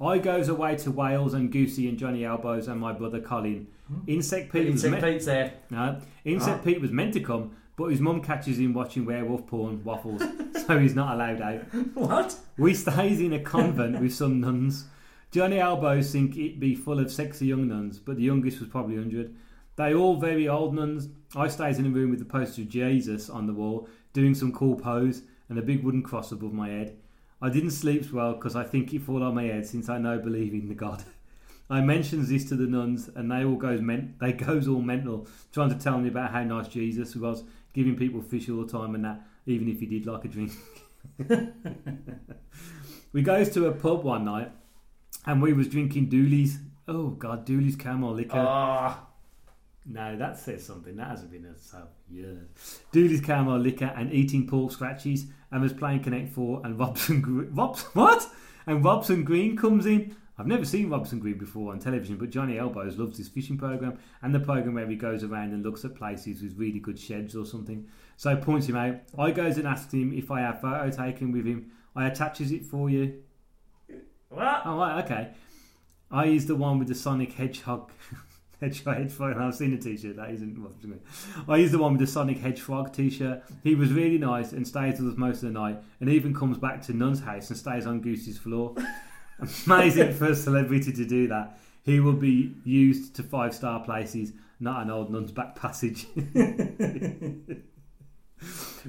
G: I goes away to Wales and Goosey and Johnny Elbows and my brother Colin. Insect Pete was
H: Insect
G: me-
H: Pete's there.
G: no, Insect Pete was meant to come, but his mum catches him watching werewolf porn waffles, so he's not allowed out.
H: What?
G: We stays in a convent with some nuns. Johnny Elbows think it be full of sexy young nuns, but the youngest was probably 100. They all very old nuns. I stays in a room with the poster of Jesus on the wall, doing some cool pose, and a big wooden cross above my head. I didn't sleep well because I think it fall on my head since I now believe in the God. I mentions this to the nuns, and they all goes men- they goes all mental, trying to tell me about how nice Jesus was, giving people fish all the time and that, even if he did like a drink. we goes to a pub one night, and we was drinking Dooley's. Oh God, Dooley's caramel liquor.
H: Ah,
G: No, that says something. That hasn't been a sub. Yeah. Dooley's caramel liquor and eating pork scratchies and was playing Connect Four and Robson Gre- Robson what? And Robson Green comes in. I've never seen Robson Green before on television, but Johnny Elbows loves his fishing program and the program where he goes around and looks at places with really good sheds or something. So points him out. I goes and asks him if I have photo taken with him. I attaches it for you.
H: what?
G: Oh, right, okay. I used the one with the Sonic Hedgehog. Hedgehog, hedgehog. I've seen a t-shirt. That isn't what I'm doing. I used the one with the Sonic Hedgehog t-shirt. He was really nice and stays with us most of the night and even comes back to Nun's house and stays on Goosey's floor. Amazing for a celebrity to do that. He will be used to five-star places, not an old nun's back passage.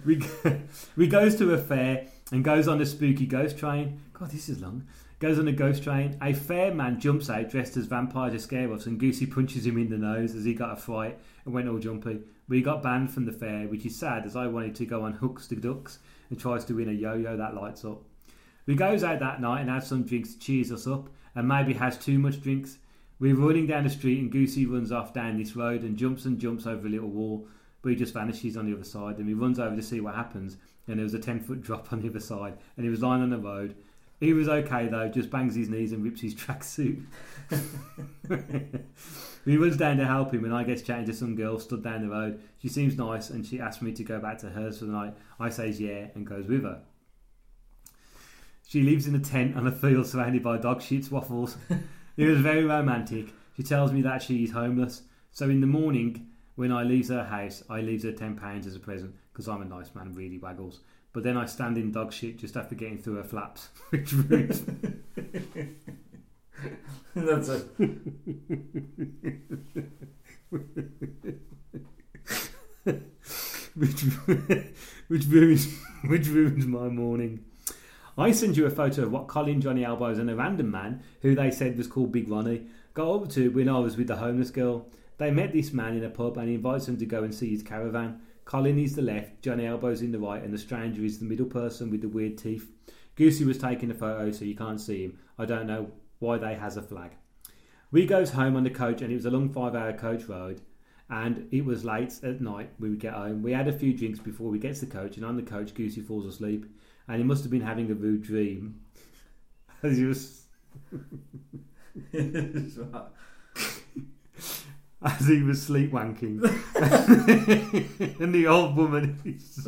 G: we, go- we goes to a fair and goes on a spooky ghost train. God, this is long. Goes on a ghost train. A fair man jumps out dressed as vampire to scare us, and Goosey punches him in the nose as he got a fright and went all jumpy. We got banned from the fair, which is sad as I wanted to go on hooks to ducks and tries to win a yo-yo that lights up. We goes out that night and has some drinks to cheers us up, and maybe has too much drinks. We're running down the street and Goosey runs off down this road and jumps and jumps over a little wall, but he just vanishes on the other side. And he runs over to see what happens, and there was a ten foot drop on the other side, and he was lying on the road. He was okay though, just bangs his knees and rips his tracksuit. we runs down to help him, and I gets chatting to some girl stood down the road. She seems nice, and she asks me to go back to hers for the night. I says yeah, and goes with her. She lives in a tent on a field surrounded by dog shits, waffles. it was very romantic. She tells me that she is homeless. So in the morning, when I leaves her house, I leaves her ten pounds as a present because I'm a nice man, really waggles. But then I stand in dog shit just after getting through her flaps, which ruins.
H: That's it.
G: which which ruins which ruins my morning. I send you a photo of what Colin, Johnny Elbows, and a random man who they said was called Big Ronnie got up to when I was with the homeless girl. They met this man in a pub and he invites them to go and see his caravan. Colin is the left, Johnny Elbows in the right, and the stranger is the middle person with the weird teeth. Goosey was taking a photo, so you can't see him. I don't know why they has a flag. We goes home on the coach, and it was a long five-hour coach ride, and it was late at night. We would get home. We had a few drinks before we gets to the coach, and on the coach, Goosey falls asleep, and he must have been having a rude dream. As he was, as he was sleep wanking, and the old woman is.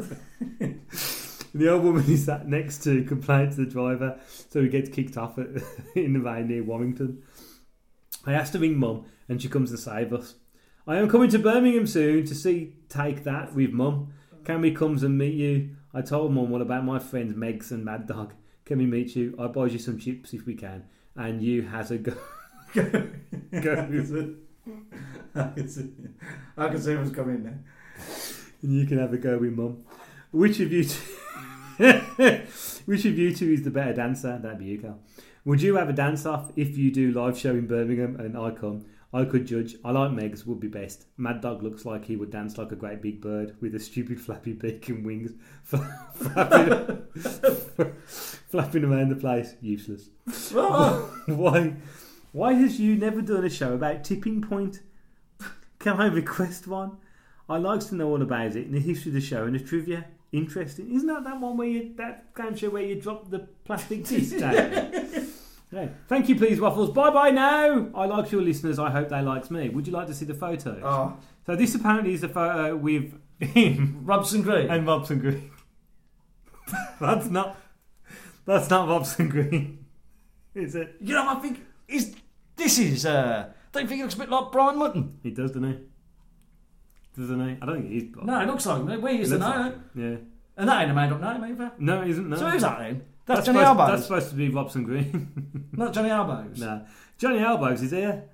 G: The old woman he sat next to complained to the driver, so he gets kicked off at, in the rain near Warrington. I asked to ring mum, and she comes and save us. I am coming to Birmingham soon to see Take That with mum. Can we comes and meet you? I told mum all about my friends Megs and Mad Dog. Can we meet you? I buys you some chips if we can. And you has a go. go.
H: I can see, I can see what's coming there.
G: and you can have a go with mum. Which of you two, which of you two is the better dancer? That'd be you, Carl. Would you have a dance off if you do live show in Birmingham and Icon? I could judge. I like Megs would be best. Mad Dog looks like he would dance like a great big bird with a stupid flappy beak and wings, flapping, flapping around the place. Useless. Why? Why has you never done a show about tipping point? Can I request one? I likes to know all about it and the history of the show and the trivia. Interesting, isn't that that one where you that game show where you drop the plastic disc down? Yeah. Thank you, please, Waffles. Bye bye now. I like your listeners. I hope they likes me. Would you like to see the photos?
H: Oh.
G: So this apparently is a photo with him
H: Robson Green.
G: and Robson Green. that's not. That's not Robson Green, is it?
H: you know, I think is this is. Uh, don't you think it looks a bit like Brian Mutton?
G: He does, doesn't he? Doesn't he? I don't think he's.
H: No, it looks like him. Where
G: Looks
H: is the
G: like
H: name?
G: him. Yeah.
H: And that ain't a made-up name either.
G: No, it isn't. No.
H: So who's that then? That's,
G: That's
H: Johnny
G: supposed,
H: Elbows.
G: That's supposed to be Robson Green.
H: Not Johnny Elbows.
G: no. Johnny Elbows is here.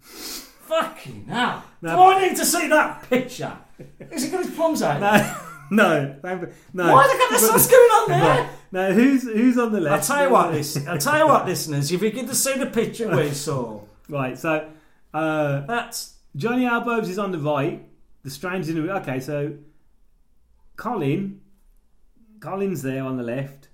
H: Fucking hell.
G: No.
H: Do I need to see that picture? Is it got his plums out?
G: No. no. thank- No.
H: Why they got the sus going on there?
G: Now who's who's on the
H: I'll
G: left?
H: tell you what, this. I'll tell you what, listeners. If you get to see the picture we saw,
G: Right, so uh,
H: that's
G: Johnny Albobes is on the right. The Strange in the okay. So Colin, Colin's there on the left.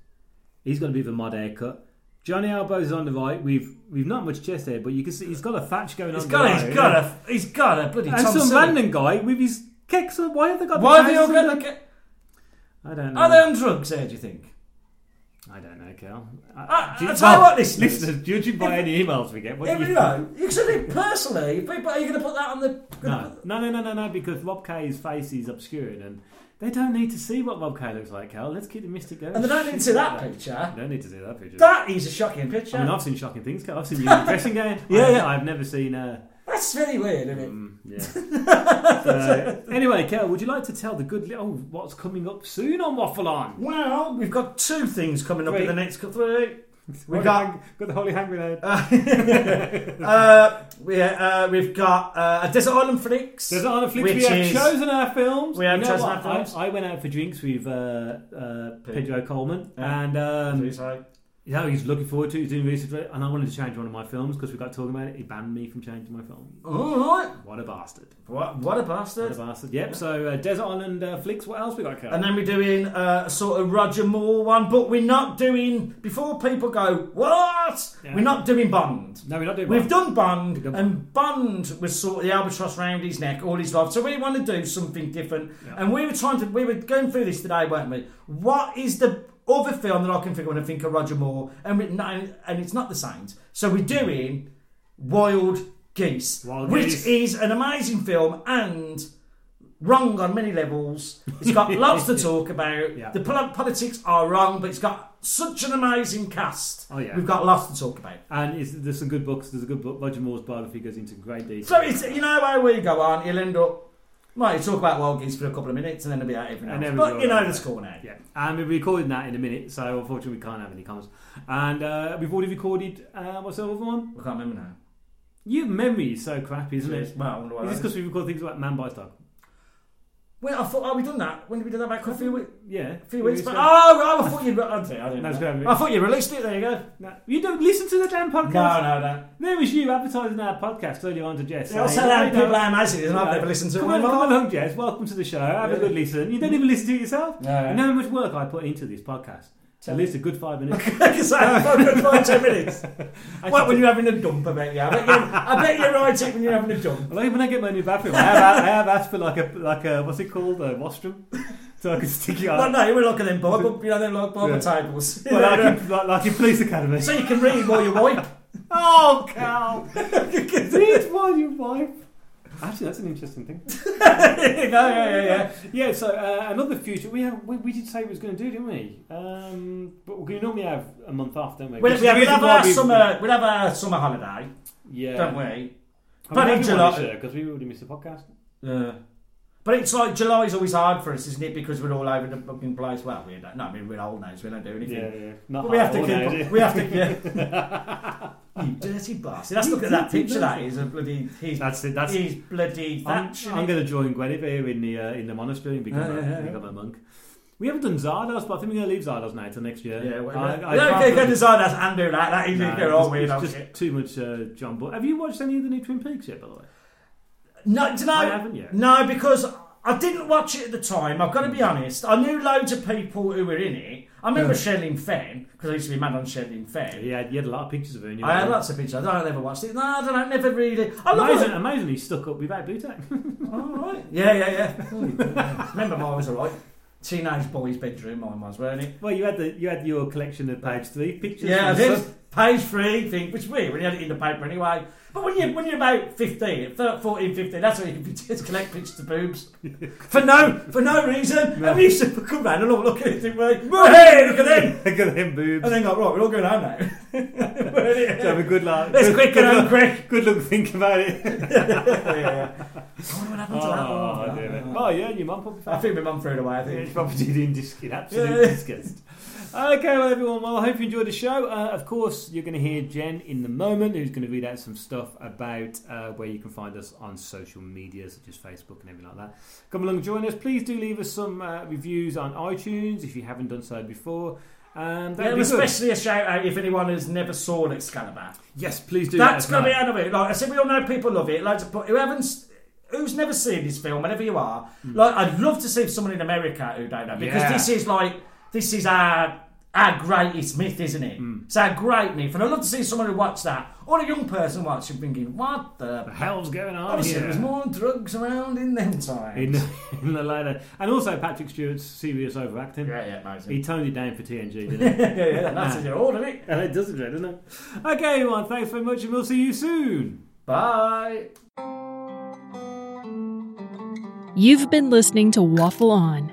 G: He's got a bit of a mod haircut. Johnny Albobes is on the right. We've we've not much chest hair, but you can see he's got a thatch going on.
H: he's
G: the
H: got.
G: right.
H: He's got a. He's got a bloody.
G: and
H: Tom
G: some
H: Selleck.
G: random guy with his kicks. on- Why have they got?
H: Why
G: the
H: have you all
G: trousers
H: got?
G: on?
H: the-
G: I don't know.
H: Are they on drugs? There, do you think?
G: I don't know, Cal.
H: I-
G: Uh, do you-
H: I'll tell you
G: well,
H: what, listeners.
G: listeners, judging by any emails we get, what
H: Yeah,
G: do
H: but
G: you
H: you know, you could do it personally. if people- Are you going to put that on the?
G: No, no, no, no, no, no, because Rob K's face is obscured and they don't need to see what Rob K looks like, Cal. Let's keep the mystic going.
H: And they don't need to see that picture.
G: They don't need to see that picture.
H: That is a shocking picture.
G: I mean, I've seen shocking things, Cal. I've seen you in a dressing gown.
H: Yeah,
G: I've,
H: yeah.
G: I've never seen uh, a.
H: That's very weird, isn't it?
G: Yeah. So, uh, anyway, Cal, would you like to tell the good little oh, what's coming up soon on Waffle On?
H: Well, we've got two things coming up
G: Three.
H: in the next couple of weeks. We
G: Holy
H: got-
G: hang- got the holy hand grenade.
H: Uh, we, uh, we've got uh, a Desert Island Flicks.
G: There's on Netflix.
H: which
G: We have
H: is-
G: chosen our films.
H: We have
G: You know
H: chosen
G: what?
H: our films.
G: I, I went out for drinks with uh, uh, Pedro Coleman,
H: Yeah.
G: and um,
H: Sorry.
G: you know, he's looking forward to. it, He's doing research, for it, and I wanted to change one of my films because we got talking about it. He banned me from changing my film.
H: All right.
G: What a bastard!
H: What, what a
G: What a
H: bastard.
G: bastard! Yep. So uh, Desert Island uh, flicks. What else we got? Cal?
H: And then we're doing uh, a sort of Roger Moore one, but we're not doing. Before people go, what?
G: Yeah.
H: We're not doing Bond.
G: no, we're not doing.
H: We've
G: one.
H: done Bond,
G: done
H: and Bond was sort of the albatross round his neck all his life. So we want to do something different. And we were trying to, we were going through this today, weren't we? What is the other film that I can think of when I think of Roger Moore? And we, no, and it's not The Saints. So we're doing Wild Geese,
G: Mm. Wild
H: which
G: Geese.
H: is an amazing film and wrong on many levels. It's got lots to talk about.
G: Yeah.
H: The pol- politics are wrong, but it's got such an amazing cast.
G: Oh, yeah.
H: We've got lots to talk about.
G: And it's, there's some good books. There's a good book. Roger Moore's biography goes into great detail.
H: So it's you know how we go on, you'll end up might talk about wild geese for a couple of minutes and then it'll be out everything
G: And
H: else.
G: then we'll
H: But
G: go
H: you know
G: on.
H: the score now.
G: Yeah, and we're recording that in a minute, so unfortunately we can't have any comments. And uh, we've already recorded uh, what's the other one?
H: I can't remember now.
G: Your memory is so crappy, isn't it?
H: Well, I wonder why
G: Is this
H: that is.
G: because we record things like Man Bites Dog?
H: Well, I thought oh we done that. When did we do that back a few weeks?
G: Yeah.
H: A few weeks back.
G: ago.
H: Oh, oh, I thought you. I don't, I, don't
G: That's
H: know.
G: great.
H: I thought you released it. There you go.
G: No, you don't listen to the damn podcast.
H: Oh! No, no, no.
G: There was you advertising our podcast earlier on to Jess.
H: I'll
G: saying,
H: tell how
G: "Hey,
H: people
G: no,
H: how amazing it is, and I've
G: no,
H: never listened to it.
G: come
H: in
G: on,
H: my
G: come
H: life.
G: along, Jess. Welcome to the show. Have a
H: Yeah.
G: good listen. You don't even listen to it yourself.
H: No, no.
G: You know how much work I put into this podcast. At least a good five minutes.
H: Because I have five, ten minutes. What, when
G: should-
H: you're having a dump, I bet you. I bet you, I bet you write it when you're having a dump.
G: Like when I get my new bathroom, I have, I have asked for like a like a what's it called a rostrum, so I can stick it
H: No,
G: on.
H: no, you were looking at them barber, you know, them like barber
G: Yeah.
H: tables.
G: Well, like, in, like, like in police academy.
H: So you can read while you wipe.
G: Oh, cow! Read while you wipe. Actually, that's an interesting thing.
H: yeah, yeah, yeah, yeah.
G: Yeah. So uh, another future. We have we, we did say we was going to do, didn't we? Um, but we normally have a month off, don't we? Which
H: We'll,
G: is
H: yeah,
G: the
H: we'll
G: reason
H: have
G: why
H: our
G: we-
H: summer. We'll have our summer holiday,
G: Yeah.
H: don't we?
G: I
H: But
G: mean,
H: in
G: everyone
H: July-
G: this because we already missed the podcast.
H: Yeah. But it's like July's always hard for us, isn't it? Because we're all over the fucking place. Well, we don't. No, I mean we're old now, so we don't do anything.
G: Yeah, yeah. Not
H: But we have to
G: all now, is
H: keep.
G: it?
H: We have to. Yeah. you dirty bastard! Let's look at that
G: dirty
H: picture. That is a bloody. He's
G: That's it. That's
H: he's bloody.
G: I'm,
H: thatching
G: I'm
H: it.
G: going to join Guinevere in the uh, in the monastery and become,
H: Yeah,
G: a,
H: yeah, yeah.
G: become a monk. We haven't done Zardos, but I think we're going to leave Zardos now till next year.
H: Yeah, whatever.
G: I- I-
H: yeah,
G: apart
H: okay,
G: from-
H: go design us and do that. That is
G: No,
H: you're
G: it's-
H: all weird.
G: it's
H: old
G: just
H: shit.
G: too much uh, John Bull. Have you watched any of the new Twin Peaks yet, by the way?
H: No, do you know,
G: I haven't yet.
H: No, because I didn't watch it at the time. I've got to be
G: Mm.
H: honest. I knew loads of people who were in it. I remember Sherlyn Fenn because I used to be mad on Sherlyn Fenn.
G: Yeah, you had a lot of pictures of her. In your
H: I had
G: room.
H: lots of pictures. I don't ever watched it. No, I don't know. Never really. I love
G: Amazing,
H: it.
G: amazingly stuck up without Bootak.
H: All right. Yeah, yeah, yeah. Mm. Remember mine was alright. Teenage boy's bedroom, mine was, weren't it?
G: well, you had the you had your collection of page three pictures.
H: Yeah, I
G: and
H: did.
G: stuff.
H: Page three thing, which is weird when you had it in the paper anyway. But when you when you're about 15, thir- 14, 15, that's when you just collect pictures of boobs for no for no reason. And we used to come round and all look at it, didn't we? Well, hey, look at them!
G: Look at them boobs.
H: And then go right, we're all going home now.
G: Have a good laugh.
H: Let's quick
G: good
H: and
G: luck-
H: quick.
G: Good luck. Think about it.
H: yeah, yeah. I wonder what happened to that
G: Oh,
H: one.
G: dear me. oh yeah, your mum probably
H: I
G: found
H: think my mum threw it away. I
G: It's
H: think.
G: property in, dis- in absolute
H: Yeah.
G: disgust. Okay, well, everyone, well, I hope you enjoyed the show. Uh, of course, you're going to hear Jen in the moment, who's going to read out some stuff about uh, where you can find us on social media, such as Facebook and everything like that. Come along, join us. Please do leave us some uh, reviews on iTunes if you haven't done so before. Um, that'd
H: Yeah, and
G: be good.
H: especially a shout out if anyone has never saw an Excalibur.
G: Yes, please do.
H: That's
G: let us
H: going to be
G: know.
H: out of it. Like I said, we all know people love it. Loads of put who haven't, s- who's never seen this film, whenever you are. Like I'd love to see someone in America who don't know because
G: Hmm. Yeah.
H: this is like this is our our greatest myth, isn't it?
G: Hmm.
H: It's our great myth, and I'd love to see someone who watched that or a young person watching, thinking, "What the."
G: The hell's going on
H: Obviously,
G: here?
H: there was more drugs around in them times.
G: in, in the later, and also Patrick Stewart's serious overacting.
H: yeah, yeah, amazing.
G: He toned it down for TNG, didn't he?
H: yeah, yeah, that's in your order, isn't it?
G: And it does it, doesn't it? Okay, everyone, thanks very much, and we'll see you soon.
H: Bye.
I: You've been listening to Waffle On.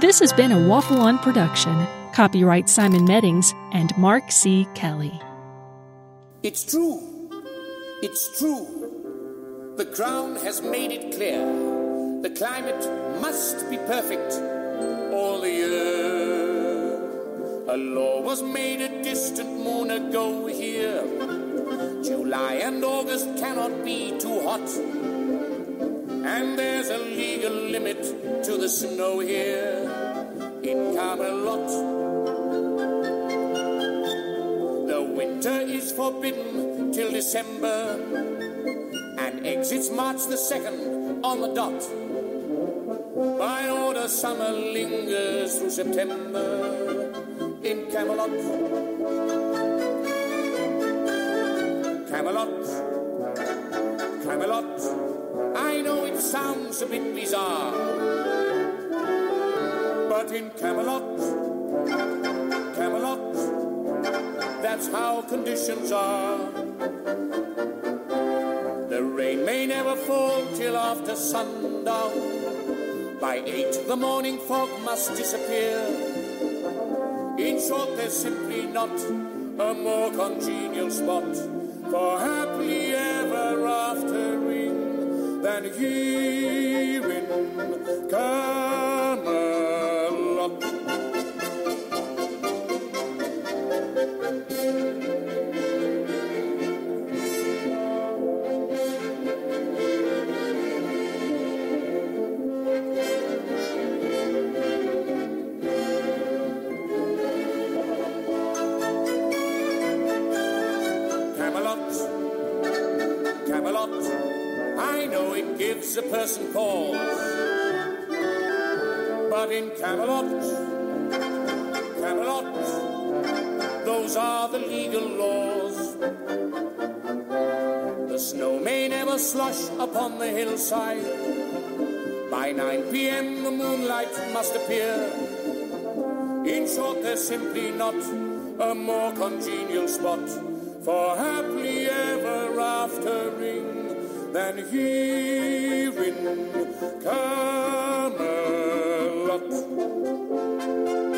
I: This has been a Waffle On production. Copyright Simon Meddings and Mark C. Kelly.
J: It's true. It's true. The Crown has made it clear. The climate must be perfect all the year. A law was made a distant moon ago here. July and August cannot be too hot. And there's a legal limit to the snow here in Camelot. The winter is forbidden till December, and exits March the 2nd on the dot. By order, summer lingers through September in Camelot. Camelot, Camelot. I know it sounds a bit bizarre, but in Camelot, Camelot. That's how conditions are. The rain may never fall till after sundown. By eight, the morning fog must disappear. In short, there's simply not a more congenial spot for happily ever aftering than here in Camelot. Camelot, Camelot. I know it gives a person pause, but in Camelot, Camelot, those are the legal laws. The snow may never slush upon the hillside. By 9 p.m., the moonlight must appear. In short, there's simply not a more congenial spot for happily ever aftering than here in Camelot. Europe.